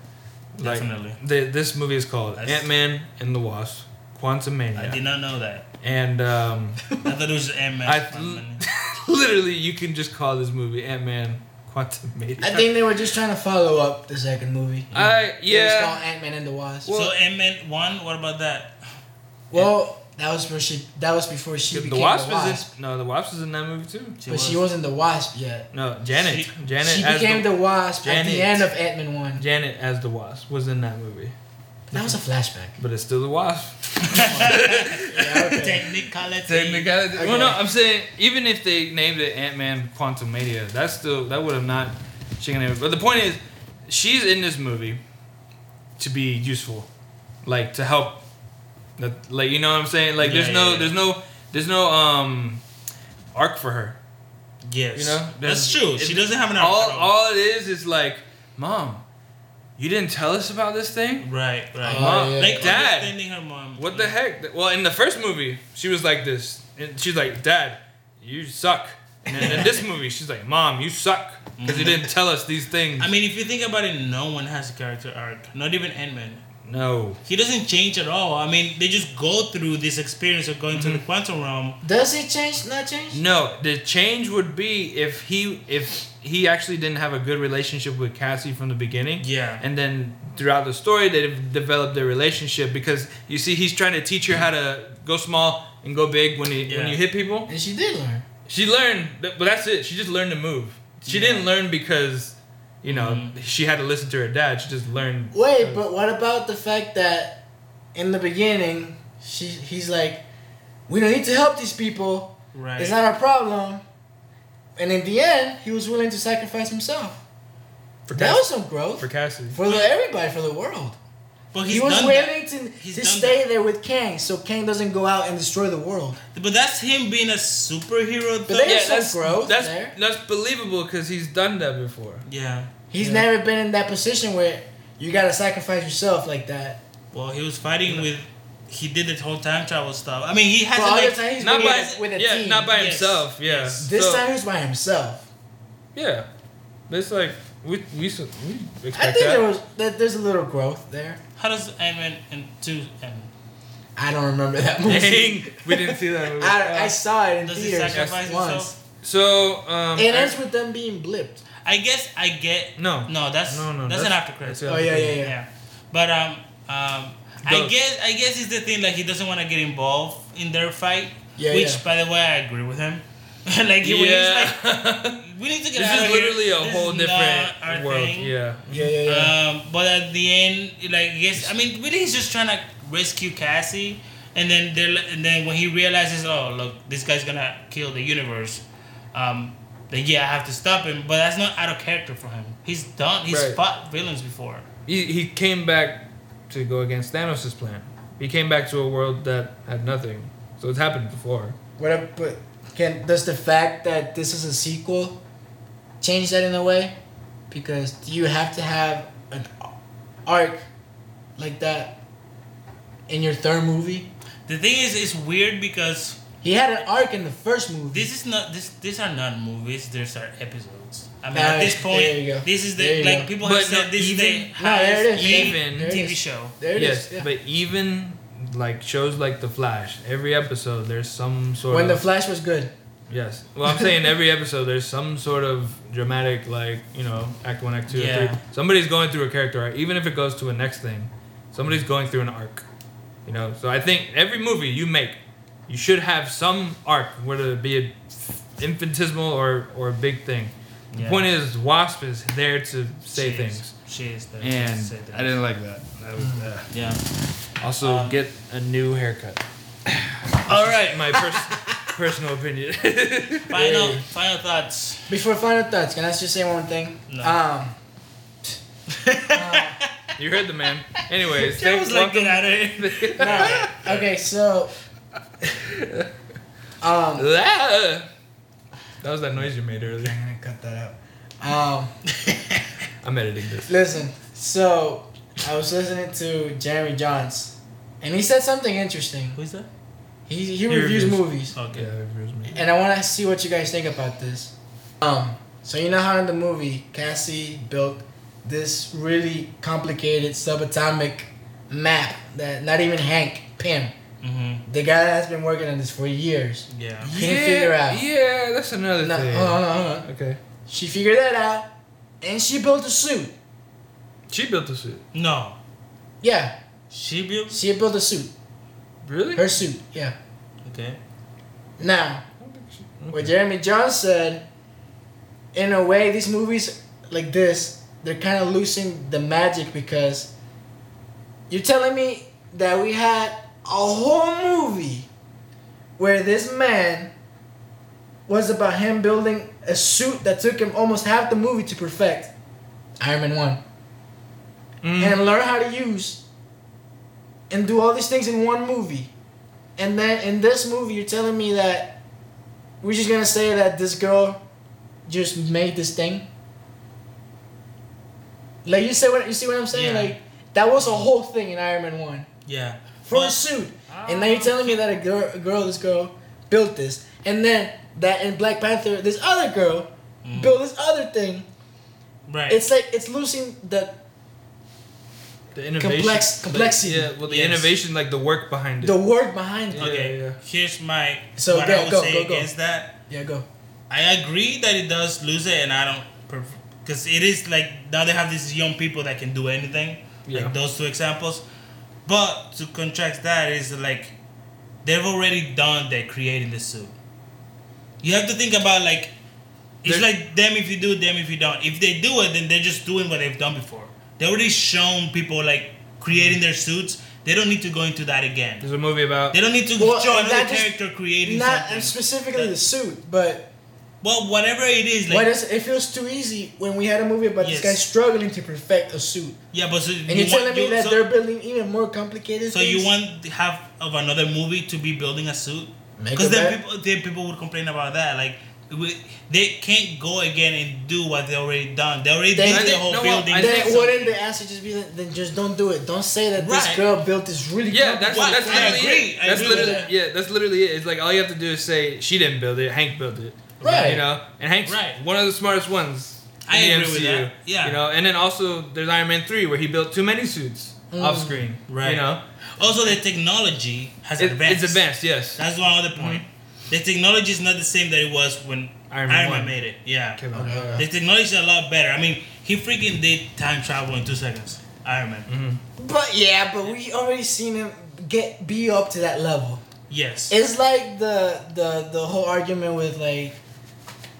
Speaker 2: Like,
Speaker 3: Definitely.
Speaker 2: The, this movie is called
Speaker 3: That's-
Speaker 2: Ant Man and the Wasp, Quantum
Speaker 3: I did
Speaker 2: Mania,
Speaker 3: not know that.
Speaker 2: and um,
Speaker 3: I thought it was just Ant
Speaker 2: I-
Speaker 3: Man.
Speaker 2: literally you can just call this movie Ant Man Quantum Mania.
Speaker 1: I think they were just trying to follow up the second movie.
Speaker 2: I
Speaker 1: It was
Speaker 2: Uh, yeah.
Speaker 1: called Ant Man and the Wasp.
Speaker 2: Well-
Speaker 3: so Ant Man one, what about that?
Speaker 1: Well, that was before she. That was before she
Speaker 2: The
Speaker 1: became
Speaker 2: Wasp
Speaker 1: the Wasp.
Speaker 2: is in, no, the Wasp is in that movie too.
Speaker 1: but she wasn't the Wasp yet.
Speaker 2: No, Janet.
Speaker 3: She-
Speaker 2: Janet
Speaker 1: she
Speaker 2: as
Speaker 1: became
Speaker 2: the,
Speaker 1: the, Wasp at
Speaker 2: Janet.
Speaker 1: the end of Ant Man one.
Speaker 2: Janet as the Wasp was in that movie,
Speaker 1: That was a flashback.
Speaker 2: but it's still the Wasp.
Speaker 1: Yeah, okay.
Speaker 3: Technicality.
Speaker 2: Technicality.
Speaker 1: Okay.
Speaker 2: Well, no, I'm saying even if they named it Ant Man Quantum Media, that's still that would have not shaken it. But the point is, she's in this movie to be useful, like to help. That- Like you know what I'm saying? Like there's
Speaker 3: Yeah,
Speaker 2: no
Speaker 3: yeah, yeah.
Speaker 2: there's no there's no um arc for her.
Speaker 3: Yes.
Speaker 2: You know,
Speaker 3: that's
Speaker 2: there's-
Speaker 3: true.
Speaker 2: it-
Speaker 3: She doesn't have an arc
Speaker 2: All
Speaker 3: at
Speaker 2: all it is is like, mom, you didn't tell us about this thing.
Speaker 3: Right, right.
Speaker 1: Oh,
Speaker 2: Mom,
Speaker 1: yeah.
Speaker 3: like
Speaker 2: dad.
Speaker 3: understanding her mom.
Speaker 2: What the heck? Well, in the first movie, she was like this, and she's like, "Dad, you suck." And in this movie, she's like, "Mom, you suck," because you didn't tell us these things.
Speaker 3: I mean, if you think about it, no one has a character arc. Not even Ant Man.
Speaker 2: no.
Speaker 3: He doesn't change at all. I mean, they just go through this experience of going
Speaker 2: Mm-hmm.
Speaker 3: to the quantum realm.
Speaker 1: Does it change? Not change?
Speaker 2: No, the change would be if he if he actually didn't have a good relationship with Cassie from the beginning.
Speaker 3: Yeah.
Speaker 2: And then throughout the story, they've developed their relationship because you see, he's trying to teach her how to go small and go big when he when
Speaker 3: Yeah.
Speaker 2: you hit people.
Speaker 1: And she did learn.
Speaker 2: She learned, but that's it. She just learned to move. She
Speaker 3: Yeah.
Speaker 2: didn't learn because, you know,
Speaker 1: Mm.
Speaker 2: she had to listen to her dad. She just learned.
Speaker 1: Wait, but what about the fact that in the beginning, she he's like, we don't need to help these people.
Speaker 3: Right.
Speaker 1: It's not our problem. And in the end, he was willing to sacrifice himself.
Speaker 2: for
Speaker 1: That
Speaker 2: Cass-
Speaker 1: was some growth
Speaker 2: for Cassidy.
Speaker 1: for the, everybody, for the world.
Speaker 3: but he's
Speaker 1: He was
Speaker 3: done that.
Speaker 1: willing to,
Speaker 3: He's
Speaker 1: to
Speaker 3: done
Speaker 1: stay there with Kang, so Kang doesn't go out and destroy the world.
Speaker 3: But that's him being a superhero.
Speaker 1: But
Speaker 3: Though.
Speaker 1: there's
Speaker 3: Yeah.
Speaker 1: some growth
Speaker 2: that's
Speaker 1: there.
Speaker 2: that's believable because he's done that before.
Speaker 3: yeah.
Speaker 1: He's
Speaker 2: Yeah.
Speaker 1: never been in that position where you gotta sacrifice yourself like that.
Speaker 3: Well, he was fighting with. He did this whole time travel stuff. I mean, he
Speaker 1: But
Speaker 3: hasn't.
Speaker 1: other
Speaker 3: Like,
Speaker 1: time he's
Speaker 2: not
Speaker 1: been
Speaker 2: by
Speaker 1: with- with a
Speaker 2: yeah,
Speaker 1: team.
Speaker 2: not by
Speaker 3: Yes.
Speaker 2: himself. Yeah.
Speaker 3: Yes.
Speaker 1: this
Speaker 2: So,
Speaker 1: time he was by himself.
Speaker 2: Yeah, it's like we we s- we expect
Speaker 1: I think
Speaker 2: that.
Speaker 1: there was that there's a little growth there.
Speaker 3: how does Ant Man and two and
Speaker 1: I don't remember that movie.
Speaker 2: Dang, we didn't see that. Movie.
Speaker 1: I, I saw it in
Speaker 3: does he
Speaker 1: theaters
Speaker 3: sacrifice
Speaker 1: once.
Speaker 3: himself?
Speaker 2: so um.
Speaker 1: It
Speaker 2: I-
Speaker 1: ends with them being blipped.
Speaker 3: I guess I get.
Speaker 2: No.
Speaker 3: No, that's
Speaker 2: No, no,
Speaker 3: That's, an
Speaker 2: that's-
Speaker 3: after credit.
Speaker 2: that's it.
Speaker 1: Oh yeah, yeah, yeah.
Speaker 3: Yeah. But um um. I
Speaker 2: Does.
Speaker 3: guess I guess it's the thing like he doesn't want to get involved in their fight.
Speaker 1: Yeah,
Speaker 3: which
Speaker 1: yeah.
Speaker 3: by the way I agree with him. like he was
Speaker 2: yeah.
Speaker 3: like we need to get
Speaker 2: this
Speaker 3: out
Speaker 2: is
Speaker 3: of
Speaker 2: literally
Speaker 3: here.
Speaker 2: a
Speaker 3: This
Speaker 2: whole
Speaker 3: is not our
Speaker 2: different world.
Speaker 3: thing.
Speaker 2: Yeah.
Speaker 1: Yeah, yeah, yeah.
Speaker 3: Um, but at the end, like I guess I mean, really, he's just trying to rescue Cassie, and then they are and then when he realizes, oh look, this guy's gonna kill the universe, um, then yeah, I have to stop him. But that's not out of character for him. He's done. He's
Speaker 2: Right.
Speaker 3: fought villains before.
Speaker 2: He, he came back to go against Thanos' plan. He came back to a world that had nothing. So it's happened before.
Speaker 1: What I but can does the fact that this is a sequel change that in a way? Because you have to have an arc like that in your third movie.
Speaker 3: The thing is, it's weird because
Speaker 1: He had an arc in the first movie.
Speaker 3: this is not this. These are not movies. These are episodes. I mean,
Speaker 1: Alright,
Speaker 3: at this point,
Speaker 1: there you go.
Speaker 3: this is the
Speaker 1: There you
Speaker 3: like
Speaker 1: go.
Speaker 3: people
Speaker 2: But
Speaker 3: have said
Speaker 2: no,
Speaker 3: this is
Speaker 2: even-
Speaker 3: the
Speaker 1: No, there it
Speaker 3: highest
Speaker 1: is.
Speaker 3: paid
Speaker 2: Even-
Speaker 1: There it
Speaker 3: TV
Speaker 1: is.
Speaker 3: show.
Speaker 1: there it is.
Speaker 2: yes,
Speaker 1: yeah.
Speaker 2: but even like shows like The Flash, every episode there's some sort
Speaker 1: When
Speaker 2: of
Speaker 1: the Flash was good.
Speaker 2: Yes. Well, I'm saying every episode there's some sort of dramatic, like you know, act one, act two, act
Speaker 3: Yeah.
Speaker 2: three. Somebody's going through a character arc, even if it goes to a next thing. Somebody's going through an arc, you know. So I think every movie you make, you should have some arc, whether it be a infinitesimal or or a big thing. The
Speaker 3: Yeah.
Speaker 2: point is, Wasp is there to say
Speaker 3: She is-
Speaker 2: things,
Speaker 3: She is there.
Speaker 2: and
Speaker 3: Say
Speaker 2: I
Speaker 3: things.
Speaker 2: didn't like that. That was uh,
Speaker 3: Yeah.
Speaker 2: also
Speaker 3: Um,
Speaker 2: get a new haircut.
Speaker 3: All right.
Speaker 2: My pers- personal opinion.
Speaker 3: Final final thoughts.
Speaker 1: Before final thoughts, can I just say one thing?
Speaker 3: No.
Speaker 1: Um,
Speaker 2: you heard the man. Anyways,
Speaker 3: That
Speaker 2: thank-
Speaker 3: was like
Speaker 2: welcome-
Speaker 3: get out of here.
Speaker 1: no. Okay, so. Um,
Speaker 2: Ah! That was that noise you made earlier.
Speaker 1: I'm gonna cut that out. Um,
Speaker 2: I'm editing this.
Speaker 1: listen. So, I was listening to Jeremy Johns, and he said something interesting.
Speaker 3: Who's that?
Speaker 1: He he, reviews,
Speaker 2: reviews.
Speaker 1: movies,
Speaker 3: Okay.
Speaker 2: Yeah, it was me.
Speaker 1: and I want to see what you guys think about this. Um, so you know how in the movie Cassie built this really complicated subatomic map that not even Hank Pym,
Speaker 3: Mm-hmm.
Speaker 1: the guy that's been working on this for years,
Speaker 3: Yeah.
Speaker 1: Can you figure out?
Speaker 2: Yeah, that's another
Speaker 1: No,
Speaker 2: thing.
Speaker 1: hold on, hold on, hold on.
Speaker 2: Okay.
Speaker 1: She figured that out, and she built a suit.
Speaker 2: She built the suit.
Speaker 3: No.
Speaker 1: Yeah,
Speaker 3: She built.
Speaker 1: she built a suit.
Speaker 2: Really?
Speaker 1: Her suit. Yeah.
Speaker 3: Okay.
Speaker 1: Now,
Speaker 2: I don't think she-
Speaker 1: what Jeremy John said, in a way, these movies like this, they're kind of losing the magic because you're telling me that we had a whole movie where this man was about him building a suit that took him almost half the movie to perfect. Iron Man 1.
Speaker 2: Mm.
Speaker 1: and learn how to use and do all these things in one movie. And then in this movie, you're telling me that we're just gonna say that this girl just made this thing. Like you say what you see what I'm saying?
Speaker 3: Yeah.
Speaker 1: Like that was a whole thing in Iron Man One
Speaker 3: Yeah.
Speaker 1: for
Speaker 3: Well,
Speaker 1: a suit. And now you're telling me that a girl, a girl, this girl built this, and then that in Black Panther, this other girl built this other thing.
Speaker 3: Right.
Speaker 1: It's like it's losing the
Speaker 2: the innovation.
Speaker 1: complex-
Speaker 2: the-
Speaker 1: complexity.
Speaker 2: Yeah, well, the
Speaker 3: Yes.
Speaker 2: innovation, like the work behind it.
Speaker 1: the work behind it.
Speaker 2: Yeah,
Speaker 3: okay.
Speaker 2: yeah.
Speaker 3: Here's my.
Speaker 1: So,
Speaker 3: what
Speaker 1: go,
Speaker 3: I would
Speaker 1: go,
Speaker 3: say
Speaker 1: go, go.
Speaker 3: against that.
Speaker 1: Yeah, go.
Speaker 3: I agree that it does lose it, and I don't because it is like now they have these young people that can do anything,
Speaker 2: Yeah.
Speaker 3: like those two examples. But to contrast that is like they've already done their creating the suit. You have to think about like it's
Speaker 2: They're-
Speaker 3: like them if you do, them if you don't. If they do it, then they're just doing what they've done before. They already shown people like creating their suits. They don't need to go into that again.
Speaker 2: There's a movie about.
Speaker 3: They don't need to
Speaker 1: Well,
Speaker 3: show
Speaker 1: and
Speaker 3: another
Speaker 1: that just-
Speaker 3: character creating
Speaker 1: Not
Speaker 3: something.
Speaker 1: specifically
Speaker 3: that-
Speaker 1: the suit, but
Speaker 3: well, whatever it is, like
Speaker 1: why does it feels too easy when we had a movie about
Speaker 3: Yes.
Speaker 1: this guy struggling to perfect a suit,
Speaker 3: Yeah, but so
Speaker 1: and you're telling me that
Speaker 3: so,
Speaker 1: they're building even more complicated.
Speaker 3: so
Speaker 1: things?
Speaker 3: you want the half of another movie to be building a suit?
Speaker 1: Make
Speaker 3: Because
Speaker 1: it
Speaker 3: then
Speaker 1: better.
Speaker 3: people then people would complain about that. Like we, they can't go again and do what they already done. They already
Speaker 1: They-
Speaker 3: did
Speaker 1: they-
Speaker 3: the whole
Speaker 2: no, well,
Speaker 3: building.
Speaker 2: I
Speaker 1: Then
Speaker 2: think so.
Speaker 1: wouldn't the answer just be that, then just don't do it? Don't say that
Speaker 3: Right.
Speaker 1: this girl built this really.
Speaker 2: Yeah, that's
Speaker 3: Well,
Speaker 2: that's
Speaker 3: I
Speaker 2: literally
Speaker 3: agree.
Speaker 2: it.
Speaker 3: I
Speaker 2: That's
Speaker 3: agree with
Speaker 2: literally
Speaker 3: that.
Speaker 2: yeah, that's literally it. It's like all you have to do is say she didn't build it, Hank built it.
Speaker 1: Right.
Speaker 2: You know, and Hank's
Speaker 3: Right.
Speaker 2: one of the smartest ones. in
Speaker 3: I
Speaker 2: the
Speaker 3: agree with that. Yeah.
Speaker 2: You know, and then also there's Iron Man three where he built too many suits off screen.
Speaker 3: Mm. Right.
Speaker 2: You know,
Speaker 3: also, the technology has
Speaker 2: It-
Speaker 3: advanced.
Speaker 2: it's advanced. Yes.
Speaker 3: That's one other point. The technology is not the same that it was when
Speaker 2: Iron
Speaker 3: Iron
Speaker 2: Man
Speaker 3: Man,
Speaker 2: one. uh.
Speaker 3: made it. Yeah.
Speaker 2: Came out.
Speaker 1: Okay.
Speaker 3: The technology is a lot better. I mean, he freaking did time travel in two seconds. Iron Man.
Speaker 2: Mm-hmm.
Speaker 1: But yeah, but we already seen him get be up to that level.
Speaker 3: Yes.
Speaker 1: It's like the the the whole argument with like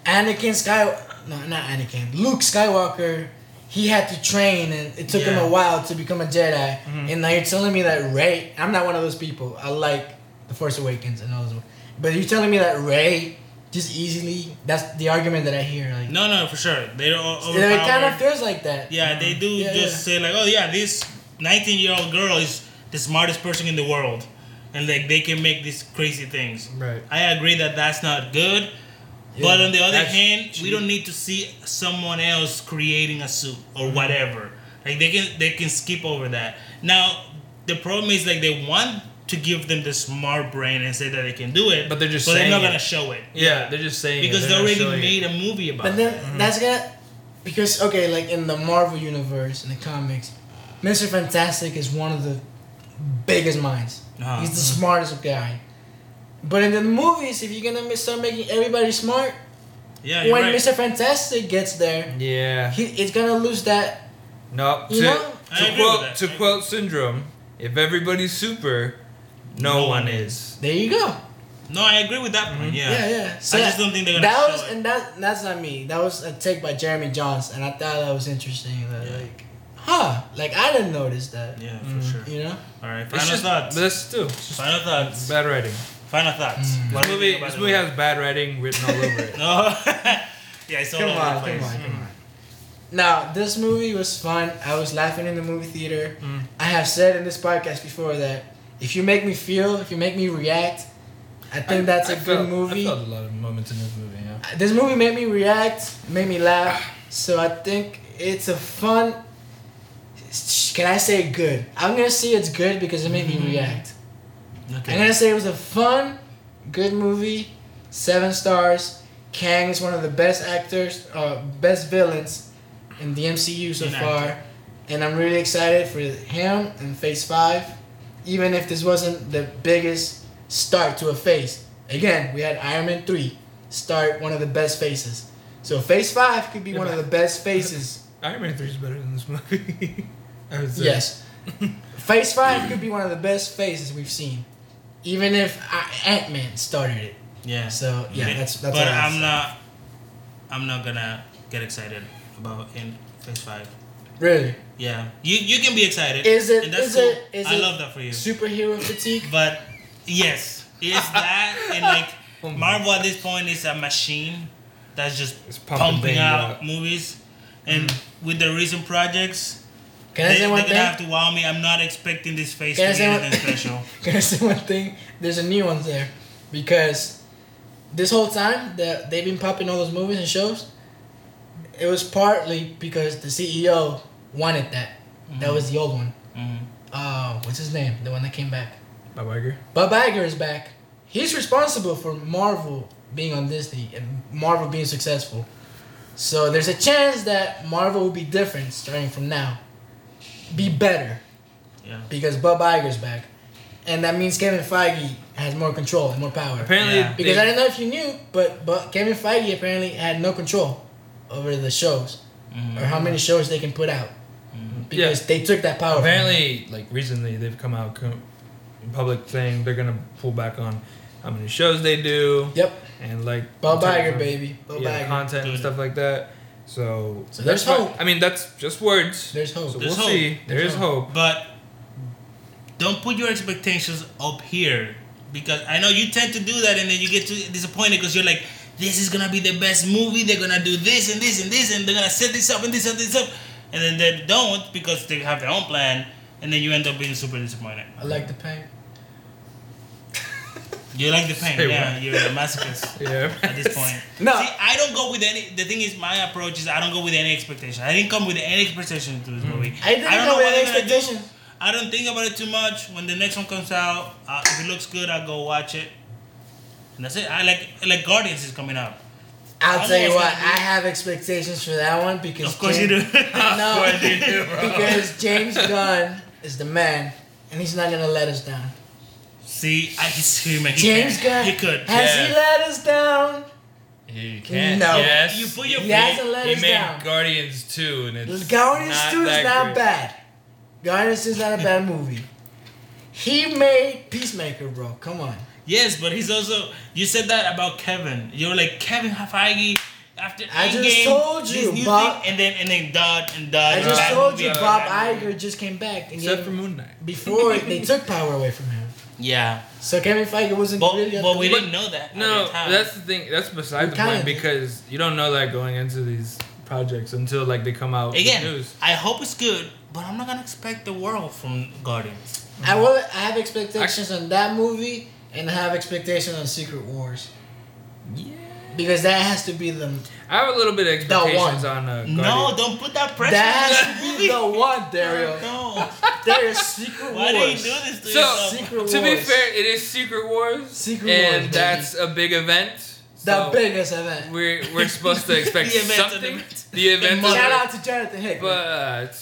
Speaker 1: Anakin Sky no not Anakin Luke Skywalker. He had to train, and it took him
Speaker 3: Yeah. Mm-hmm.
Speaker 1: a while to become a Jedi. And now you're telling me that Ray. I'm not one of those people. I like the Force Awakens and all those. But you're telling me that Ray just easily. That's the argument that I hear. Like
Speaker 3: no, no, for sure. They don't
Speaker 1: it,
Speaker 3: overpower.
Speaker 1: it kind of feels like that.
Speaker 3: Yeah, they do
Speaker 1: Mm. Yeah,
Speaker 3: just say like, oh yeah, this 19 year old girl is the smartest person in the world, and like they can make these crazy things.
Speaker 2: Right.
Speaker 3: I agree that that's not good,
Speaker 1: Yeah.
Speaker 3: but on the other
Speaker 2: That's
Speaker 3: hand, we
Speaker 2: cheap.
Speaker 3: don't need to see someone else creating a suit or
Speaker 1: Mm-hmm.
Speaker 3: whatever. Like they can they can skip over that. Now the problem is like they want to give them the smart brain and say that they can do it,
Speaker 2: But they're just
Speaker 3: but they're
Speaker 2: saying
Speaker 3: not
Speaker 2: it.
Speaker 3: gonna show it
Speaker 2: Yeah, they're just saying it.
Speaker 3: because they
Speaker 2: They're not
Speaker 3: already
Speaker 2: showing it.
Speaker 3: made a movie about.
Speaker 1: But
Speaker 3: it.
Speaker 1: then that's gonna because okay, like in the Marvel universe in the comics, Mister Fantastic is one of the biggest minds.
Speaker 3: Uh-huh.
Speaker 1: He's the smartest guy. But in the movies, if you're gonna start making everybody smart,
Speaker 3: Yeah,
Speaker 1: when
Speaker 3: you're right.
Speaker 1: Mr. Fantastic gets there,
Speaker 2: Yeah.
Speaker 1: he it's gonna lose that.
Speaker 2: No. To,
Speaker 1: You know?
Speaker 3: I
Speaker 2: to
Speaker 3: agree with
Speaker 2: quote
Speaker 3: that.
Speaker 2: to
Speaker 3: I
Speaker 2: quote Syndrome, if everybody's super, no,
Speaker 3: No
Speaker 2: one
Speaker 3: one
Speaker 2: is.
Speaker 1: There you go.
Speaker 3: No, I agree with that point. Yeah.
Speaker 1: Mm-hmm. Yeah, yeah. So
Speaker 3: I
Speaker 1: that-
Speaker 3: just don't think they're gonna
Speaker 1: that
Speaker 3: show
Speaker 1: was,
Speaker 3: it.
Speaker 1: and that that's not me. That was a take by Jeremy Johns, and I thought that was interesting. That,
Speaker 3: Yeah.
Speaker 1: Like, huh? Like I didn't notice that.
Speaker 3: Yeah, for
Speaker 2: Mhm.
Speaker 3: sure.
Speaker 1: You know?
Speaker 3: All right,
Speaker 2: It's
Speaker 3: final
Speaker 2: just
Speaker 3: thoughts.
Speaker 2: that's too. It's just
Speaker 3: Final thoughts.
Speaker 2: bad writing.
Speaker 3: Final thoughts.
Speaker 1: Mm.
Speaker 3: What
Speaker 2: This
Speaker 3: do you
Speaker 2: movie,
Speaker 3: think about
Speaker 2: this
Speaker 3: the
Speaker 2: movie has bad writing written all over it.
Speaker 3: No. yeah, it's all
Speaker 1: Come
Speaker 3: over
Speaker 1: on,
Speaker 3: the place.
Speaker 1: come on, come on. Now this movie was fun. I was laughing in the movie theater.
Speaker 2: Mm.
Speaker 1: I have said in this podcast before that if you make me feel, if you make me react, I think that's a
Speaker 2: a
Speaker 1: good
Speaker 2: felt,
Speaker 1: movie.
Speaker 2: I felt a lot of moments in this movie. Yeah.
Speaker 1: this movie made me react, made me laugh. So I think it's a fun. Can I say good? I'm gonna say it's good because it made me react. I'm
Speaker 3: Okay.
Speaker 1: gonna say it was a fun, good movie. Seven stars. Kang is one of the best actors, uh, best villains in the MCU so
Speaker 3: An actor.
Speaker 1: far, and I'm really excited for him in Phase Five. Even if this wasn't the biggest start to a phase, again we had Iron Man three start one of the best phases. So Phase Five could be
Speaker 2: Yeah,
Speaker 1: one of
Speaker 2: but-
Speaker 1: the best phases.
Speaker 2: Iron Man three is better than this movie. I would say.
Speaker 1: Yes. Phase 5 could be one of the best phases we've seen. Even if Ant Man started it.
Speaker 3: Yeah.
Speaker 1: So, yeah, that's, that's
Speaker 3: But
Speaker 1: what I
Speaker 3: I'm
Speaker 1: was-
Speaker 3: not. I'm not gonna get excited about in phase five.
Speaker 1: Really?
Speaker 3: Yeah, you you can be excited.
Speaker 1: Is it-
Speaker 3: And that's
Speaker 1: is
Speaker 3: cool.
Speaker 1: it- is
Speaker 3: I
Speaker 1: it-
Speaker 3: love that for you.
Speaker 1: Superhero fatigue?
Speaker 3: But yes, is that and
Speaker 2: Oh
Speaker 3: like
Speaker 2: my
Speaker 3: Marvel at this point is a machine that's just
Speaker 2: It's pumping
Speaker 3: pumping
Speaker 2: things
Speaker 3: out
Speaker 2: out.
Speaker 3: movies, and
Speaker 2: Mm.
Speaker 3: with the recent projects,
Speaker 1: Can I
Speaker 3: they,
Speaker 1: say
Speaker 3: are
Speaker 1: one
Speaker 3: gonna
Speaker 1: thing?
Speaker 3: have to wow me. I'm not expecting this face
Speaker 1: Can I
Speaker 3: to be
Speaker 1: say one-
Speaker 3: anything special.
Speaker 1: Can I say one thing? There's a new one there. Because this whole time that they've been popping all those movies and shows, it was partly because the CEO wanted that.
Speaker 3: Mm-hmm.
Speaker 1: That was the old one.
Speaker 3: Mhm.
Speaker 1: Uh, what's his name? The one that came back.
Speaker 2: Bob Iger.
Speaker 1: Bob Iger is back. He's responsible for Marvel being on Disney and Marvel being successful. So there's a chance that Marvel will be different starting from now. Be better
Speaker 3: Yeah.
Speaker 1: because Bob Iger's back. And that means Kevin Feige has more control and more power.
Speaker 2: Apparently,
Speaker 3: Yeah.
Speaker 1: Because
Speaker 2: they-
Speaker 1: I don't know if you knew, but, but Kevin Feige apparently had no control over the shows
Speaker 3: Mhm.
Speaker 1: or how many shows they can put out.
Speaker 3: Mm-hmm.
Speaker 1: Because
Speaker 2: Yeah.
Speaker 1: they took that power. from him.
Speaker 2: Apparently, like recently, they've come out com- in public saying they're gonna pull back on how many shows they do
Speaker 1: Yep.
Speaker 2: and like
Speaker 1: Bob
Speaker 2: in terms
Speaker 1: Iger,
Speaker 2: of,
Speaker 1: baby. Bob
Speaker 2: yeah,
Speaker 1: Iger.
Speaker 2: content and
Speaker 3: Dude.
Speaker 2: stuff like that. So,
Speaker 1: So there's
Speaker 2: that's why-
Speaker 1: hope.
Speaker 2: I mean, that's just words.
Speaker 1: There's hope.
Speaker 2: so
Speaker 3: There's
Speaker 2: we'll
Speaker 3: hope.
Speaker 2: see. There
Speaker 1: There's
Speaker 2: is hope.
Speaker 3: But don't put your expectations up here because I know you tend to do that and then you get too disappointed because you're like, this is gonna be the best movie. They're gonna do this and this and this and they're gonna set this up and this and this up, and then they don't because they have their own plan, and then you end up being super disappointed.
Speaker 1: I like the pain.
Speaker 3: You like the pain,
Speaker 2: Say
Speaker 3: yeah.
Speaker 2: what?
Speaker 3: You're a masochist.
Speaker 2: Yeah.
Speaker 3: At this point,
Speaker 1: No.
Speaker 3: See, I don't go with any. The thing is, my approach is I don't go with any expectation. I didn't come with any expectation to this movie.
Speaker 1: Mm. I didn't
Speaker 3: don't
Speaker 1: know
Speaker 3: what
Speaker 1: that
Speaker 3: they're gonna do.
Speaker 1: expectation.
Speaker 3: I don't think about it too much. When the next one comes out, uh, if it looks good, I'll go watch it. And that's it. I like like Guardians is coming up.
Speaker 1: I'll
Speaker 3: I'm
Speaker 1: tell you
Speaker 3: always
Speaker 1: what,
Speaker 3: gonna be-
Speaker 1: I have expectations for that one because
Speaker 3: Of course you do.
Speaker 1: No,
Speaker 2: course you do, bro.
Speaker 1: because James Gunn is the man, and he's not gonna let us down.
Speaker 3: See, I can see him. He
Speaker 1: James
Speaker 3: can.
Speaker 1: Gunn
Speaker 3: He could.
Speaker 1: has he
Speaker 2: Yeah.
Speaker 1: let us down?
Speaker 2: You can't.
Speaker 1: No.
Speaker 2: Yes.
Speaker 3: You put your
Speaker 2: He-
Speaker 1: He hasn't let
Speaker 2: he
Speaker 1: us
Speaker 2: made
Speaker 1: down.
Speaker 2: Guardians two, and it's
Speaker 1: Guardians
Speaker 2: not
Speaker 1: Two is
Speaker 2: that
Speaker 1: not
Speaker 2: great.
Speaker 1: bad. Guardians Two is not a bad movie. He made Peacemaker, bro. Come on.
Speaker 3: Yes, but he's also. You said that about Kevin. You're like Kevin Feige. After
Speaker 1: I just
Speaker 3: Endgame,
Speaker 1: told
Speaker 3: this
Speaker 1: you,
Speaker 3: new
Speaker 1: Bob.
Speaker 3: thing, and then and then Dodd and Dodd.
Speaker 1: I just
Speaker 3: bad
Speaker 1: told
Speaker 3: movie
Speaker 1: you,
Speaker 3: after
Speaker 1: Bob
Speaker 3: bad movie.
Speaker 1: Iger just came back, and
Speaker 2: Except
Speaker 1: gave-
Speaker 2: for Moon Knight.
Speaker 1: before they took power away from him.
Speaker 3: Yeah,
Speaker 1: So Kevin Feige wasn't
Speaker 3: but,
Speaker 1: really. at
Speaker 3: but
Speaker 1: the-
Speaker 3: we didn't know that. at
Speaker 2: No,
Speaker 3: the time.
Speaker 2: that's the thing. That's beside the
Speaker 1: Kinda
Speaker 2: point
Speaker 1: did.
Speaker 2: because you don't know that going into these projects until like they come out with
Speaker 3: again.
Speaker 2: news.
Speaker 3: I hope it's good, but I'm not gonna expect the world from Guardians.
Speaker 1: I will. I have expectations on that movie, and I have expectations on Secret Wars
Speaker 2: Yeah.
Speaker 1: because that has to be the
Speaker 2: I have a little bit of
Speaker 1: That one.
Speaker 2: expectations on uh, Guardians.
Speaker 3: No, don't put that pressure
Speaker 1: that has
Speaker 3: on
Speaker 1: to
Speaker 3: that
Speaker 1: be
Speaker 3: movie.
Speaker 1: the one, Dario.
Speaker 3: No.
Speaker 1: There is Secret
Speaker 3: Why do you
Speaker 1: Wars.
Speaker 3: do this to
Speaker 2: So-
Speaker 3: yourself?
Speaker 1: Secret
Speaker 2: To be
Speaker 1: Wars.
Speaker 2: fair, it is Secret Wars,
Speaker 1: Secret Wars,
Speaker 2: and
Speaker 1: baby.
Speaker 2: that's a big event.
Speaker 1: the
Speaker 2: So
Speaker 1: biggest event.
Speaker 2: We're we're supposed to expect
Speaker 3: The event of the
Speaker 2: something.
Speaker 3: event.
Speaker 2: The event,
Speaker 3: The
Speaker 2: of
Speaker 1: Shout
Speaker 2: the-
Speaker 1: out to Jonathan Hickman.
Speaker 2: but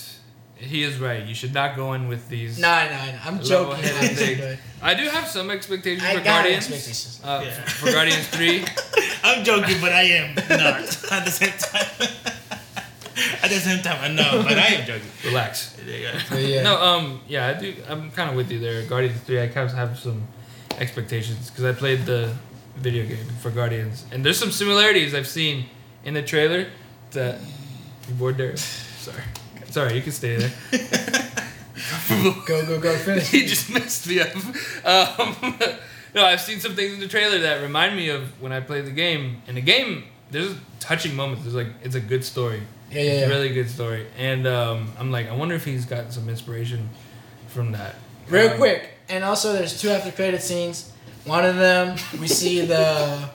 Speaker 2: he is right. You should not go in with these.
Speaker 1: No, no, no. I'm joking.
Speaker 2: Level-headed
Speaker 1: actually,
Speaker 2: things.
Speaker 1: but
Speaker 2: I do have some expectations
Speaker 1: I
Speaker 2: for
Speaker 1: got
Speaker 2: Guardians.
Speaker 1: expectations.
Speaker 2: Uh,
Speaker 3: Yeah.
Speaker 2: For Guardians Three,
Speaker 3: I'm joking, but I am not at the same time. at the same time, I know, but I am joking.
Speaker 2: relax.
Speaker 3: Yeah.
Speaker 1: But yeah.
Speaker 2: No, um, yeah, I do. I'm kind of with you there. Guardians Three, I kind of have some expectations because I played the video game for Guardians, and there's some similarities I've seen in the trailer. That you bored there? Sorry, sorry, you can stay there.
Speaker 1: Go, go, go. Finish.
Speaker 2: he just messed me up. Um, no, I've seen some things in the trailer that remind me of when I played the game. In the game, there's touching moments. There's like it's a good story.
Speaker 1: Yeah, yeah,
Speaker 2: It's
Speaker 1: yeah.
Speaker 2: a really good story. And um, I'm like, I wonder if he's got some inspiration from that.
Speaker 1: Real
Speaker 2: Um,
Speaker 1: quick, and also there's two after credit scenes. One of them, we see the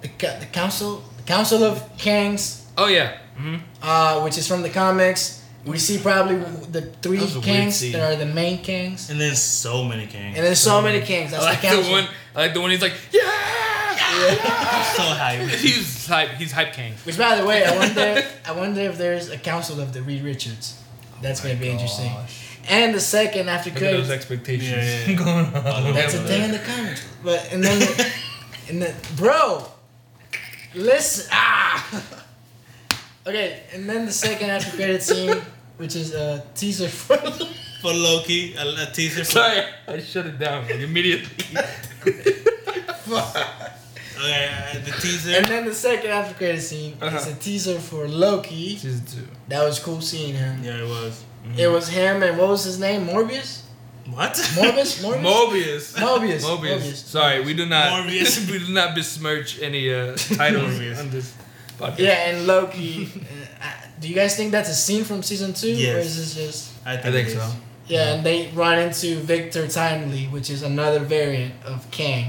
Speaker 1: the, co- the council, the council of kings,
Speaker 2: Oh yeah. hmm
Speaker 1: uh, which is from the comics. We see probably the three
Speaker 2: That was a weird
Speaker 1: kings
Speaker 2: scene.
Speaker 1: that are the main kings,
Speaker 3: And then so many kings.
Speaker 1: and there's so many kings.
Speaker 2: I
Speaker 1: That's
Speaker 2: like
Speaker 1: the
Speaker 2: the
Speaker 1: council.
Speaker 2: one. I like the one. He's like, yeah.
Speaker 3: I'm so hyped.
Speaker 2: he's hype. He's hype king.
Speaker 1: Which, by the way, I wonder, I wonder if there's a council of the Reed Richards. That's gonna be interesting. And the second after
Speaker 2: Oh Look at those
Speaker 1: credits,
Speaker 2: expectations
Speaker 3: Yeah, yeah, yeah.
Speaker 2: going on.
Speaker 1: that's a
Speaker 3: over
Speaker 1: thing
Speaker 3: there.
Speaker 1: in the comics. But and then, the, and the bro, listen, ah. Okay, and then the second after credit scene, which is a teaser for.
Speaker 3: For Loki, a, a teaser. For,
Speaker 2: Sorry, I shut it down like, immediately.
Speaker 3: Okay, uh, the teaser.
Speaker 1: And then the second after credit scene is
Speaker 2: Uh-huh.
Speaker 1: a teaser for Loki.
Speaker 2: Season two.
Speaker 1: That was cool seeing him.
Speaker 3: Yeah, it was. Mm.
Speaker 1: It was him and what was his name? Morbius?
Speaker 3: What?
Speaker 1: Morbius? Morbius?
Speaker 2: Mobius.
Speaker 1: Mobius.
Speaker 2: Mobius.
Speaker 1: Mobius.
Speaker 2: Sorry, we do not.
Speaker 3: Morbius.
Speaker 2: we do not besmirch any uh, titles
Speaker 3: Morbius.
Speaker 2: on this podcast.
Speaker 1: yeah, and Loki. Uh, I- Do you guys think that's a scene from season two? Or
Speaker 3: Yes.
Speaker 1: is this just.
Speaker 3: I
Speaker 2: I think so.
Speaker 1: Yeah, and they run into Victor Timely, which is another variant of Kang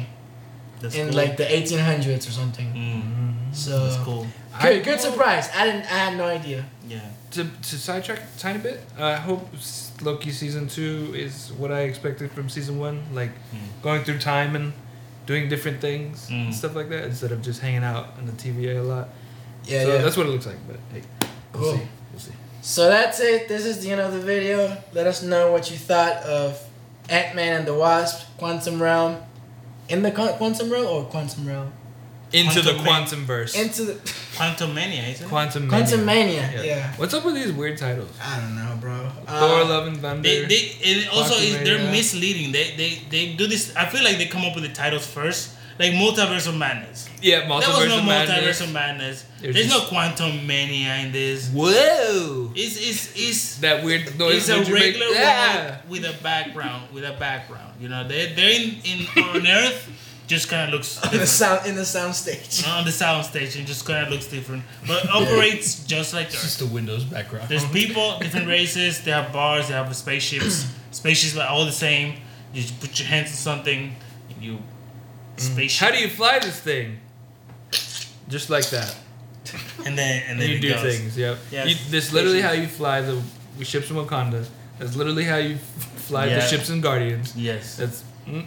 Speaker 3: That's
Speaker 1: in like the 1800s or something.
Speaker 3: Mm,
Speaker 1: So.
Speaker 3: that's cool.
Speaker 1: Good,
Speaker 2: I-
Speaker 1: good surprise. I didn't. I had no idea.
Speaker 3: Yeah.
Speaker 2: To, to sidetrack a tiny bit, I hope s- Loki season two is what I expected from season one, like
Speaker 3: Mm.
Speaker 2: going through time and doing different things
Speaker 3: Mm.
Speaker 2: and stuff like that, instead of just hanging out on the TVA a lot.
Speaker 1: Yeah,
Speaker 2: so
Speaker 1: yeah.
Speaker 2: that's what it looks like. But hey, we'll
Speaker 1: Cool.
Speaker 2: see. We'll see.
Speaker 1: So that's it. This is the end of the video. Let us know what you thought of Ant Man and the Wasp, Quantum Realm, in the Quan- Quantum Realm or Quantum Realm,
Speaker 2: Into the
Speaker 3: Quantum Man-
Speaker 2: quantum verse.
Speaker 1: into the
Speaker 3: Quantum Mania, isn't it?
Speaker 2: Quantum.
Speaker 1: Quantum Mania.
Speaker 2: Yeah.
Speaker 1: Yeah.
Speaker 2: What's up with these weird titles?
Speaker 1: I don't know, bro.
Speaker 2: Thor,
Speaker 1: Uh,
Speaker 2: Love and Thunder.
Speaker 3: They, they and also is, they're
Speaker 2: Quantumania.
Speaker 3: misleading. They, they they do this. I feel like they come up with the titles first, like Multiverse of Madness.
Speaker 2: yeah, multiverse
Speaker 3: there was no
Speaker 2: of madness.
Speaker 3: Multiverse of Madness.
Speaker 2: They're
Speaker 3: There's
Speaker 2: just-
Speaker 3: no Quantum Mania in this.
Speaker 2: Whoa!
Speaker 3: It's it's it's,
Speaker 2: That weird noise.
Speaker 3: it's a
Speaker 2: would you make-
Speaker 3: regular
Speaker 2: Yeah.
Speaker 3: world with a background with a background. You know they they're in, in on Earth, just kind of looks
Speaker 1: in the
Speaker 3: different.
Speaker 1: sound in the sound stage.
Speaker 3: on the sound station just kind of looks different, but operates just like
Speaker 4: It's
Speaker 3: Earth.
Speaker 4: just the Windows background.
Speaker 3: There's people, different races. They have bars. They have spaceships. spaceships are all the same. You just put your hands on something, and you spaceship.
Speaker 2: Mm. How do you fly this thing? Just like that.
Speaker 3: And then and
Speaker 2: And
Speaker 3: then
Speaker 2: you
Speaker 3: it
Speaker 2: do
Speaker 3: goes.
Speaker 2: things. Yep.
Speaker 3: Yes.
Speaker 2: You, this is literally how you fly the ships in Wakanda. That's literally how you f- fly the
Speaker 3: Yeah.
Speaker 2: ships in Guardians.
Speaker 3: Yes.
Speaker 2: That's mm,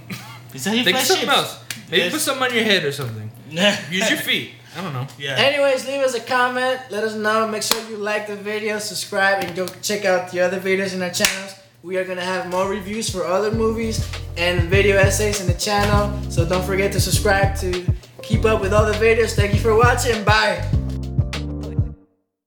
Speaker 3: Is that your
Speaker 2: think of something
Speaker 3: spaceships?
Speaker 2: else. Maybe
Speaker 3: Yes.
Speaker 2: put something on your head or something. Use your feet. I don't know.
Speaker 3: yeah.
Speaker 1: Anyways, leave us a comment. Let us know. Make sure you like the video, subscribe, and go check out the other videos in our channels. We are gonna have more reviews for other movies and video essays in the channel. So don't forget to subscribe to keep up with all the videos. Thank you for watching. Bye.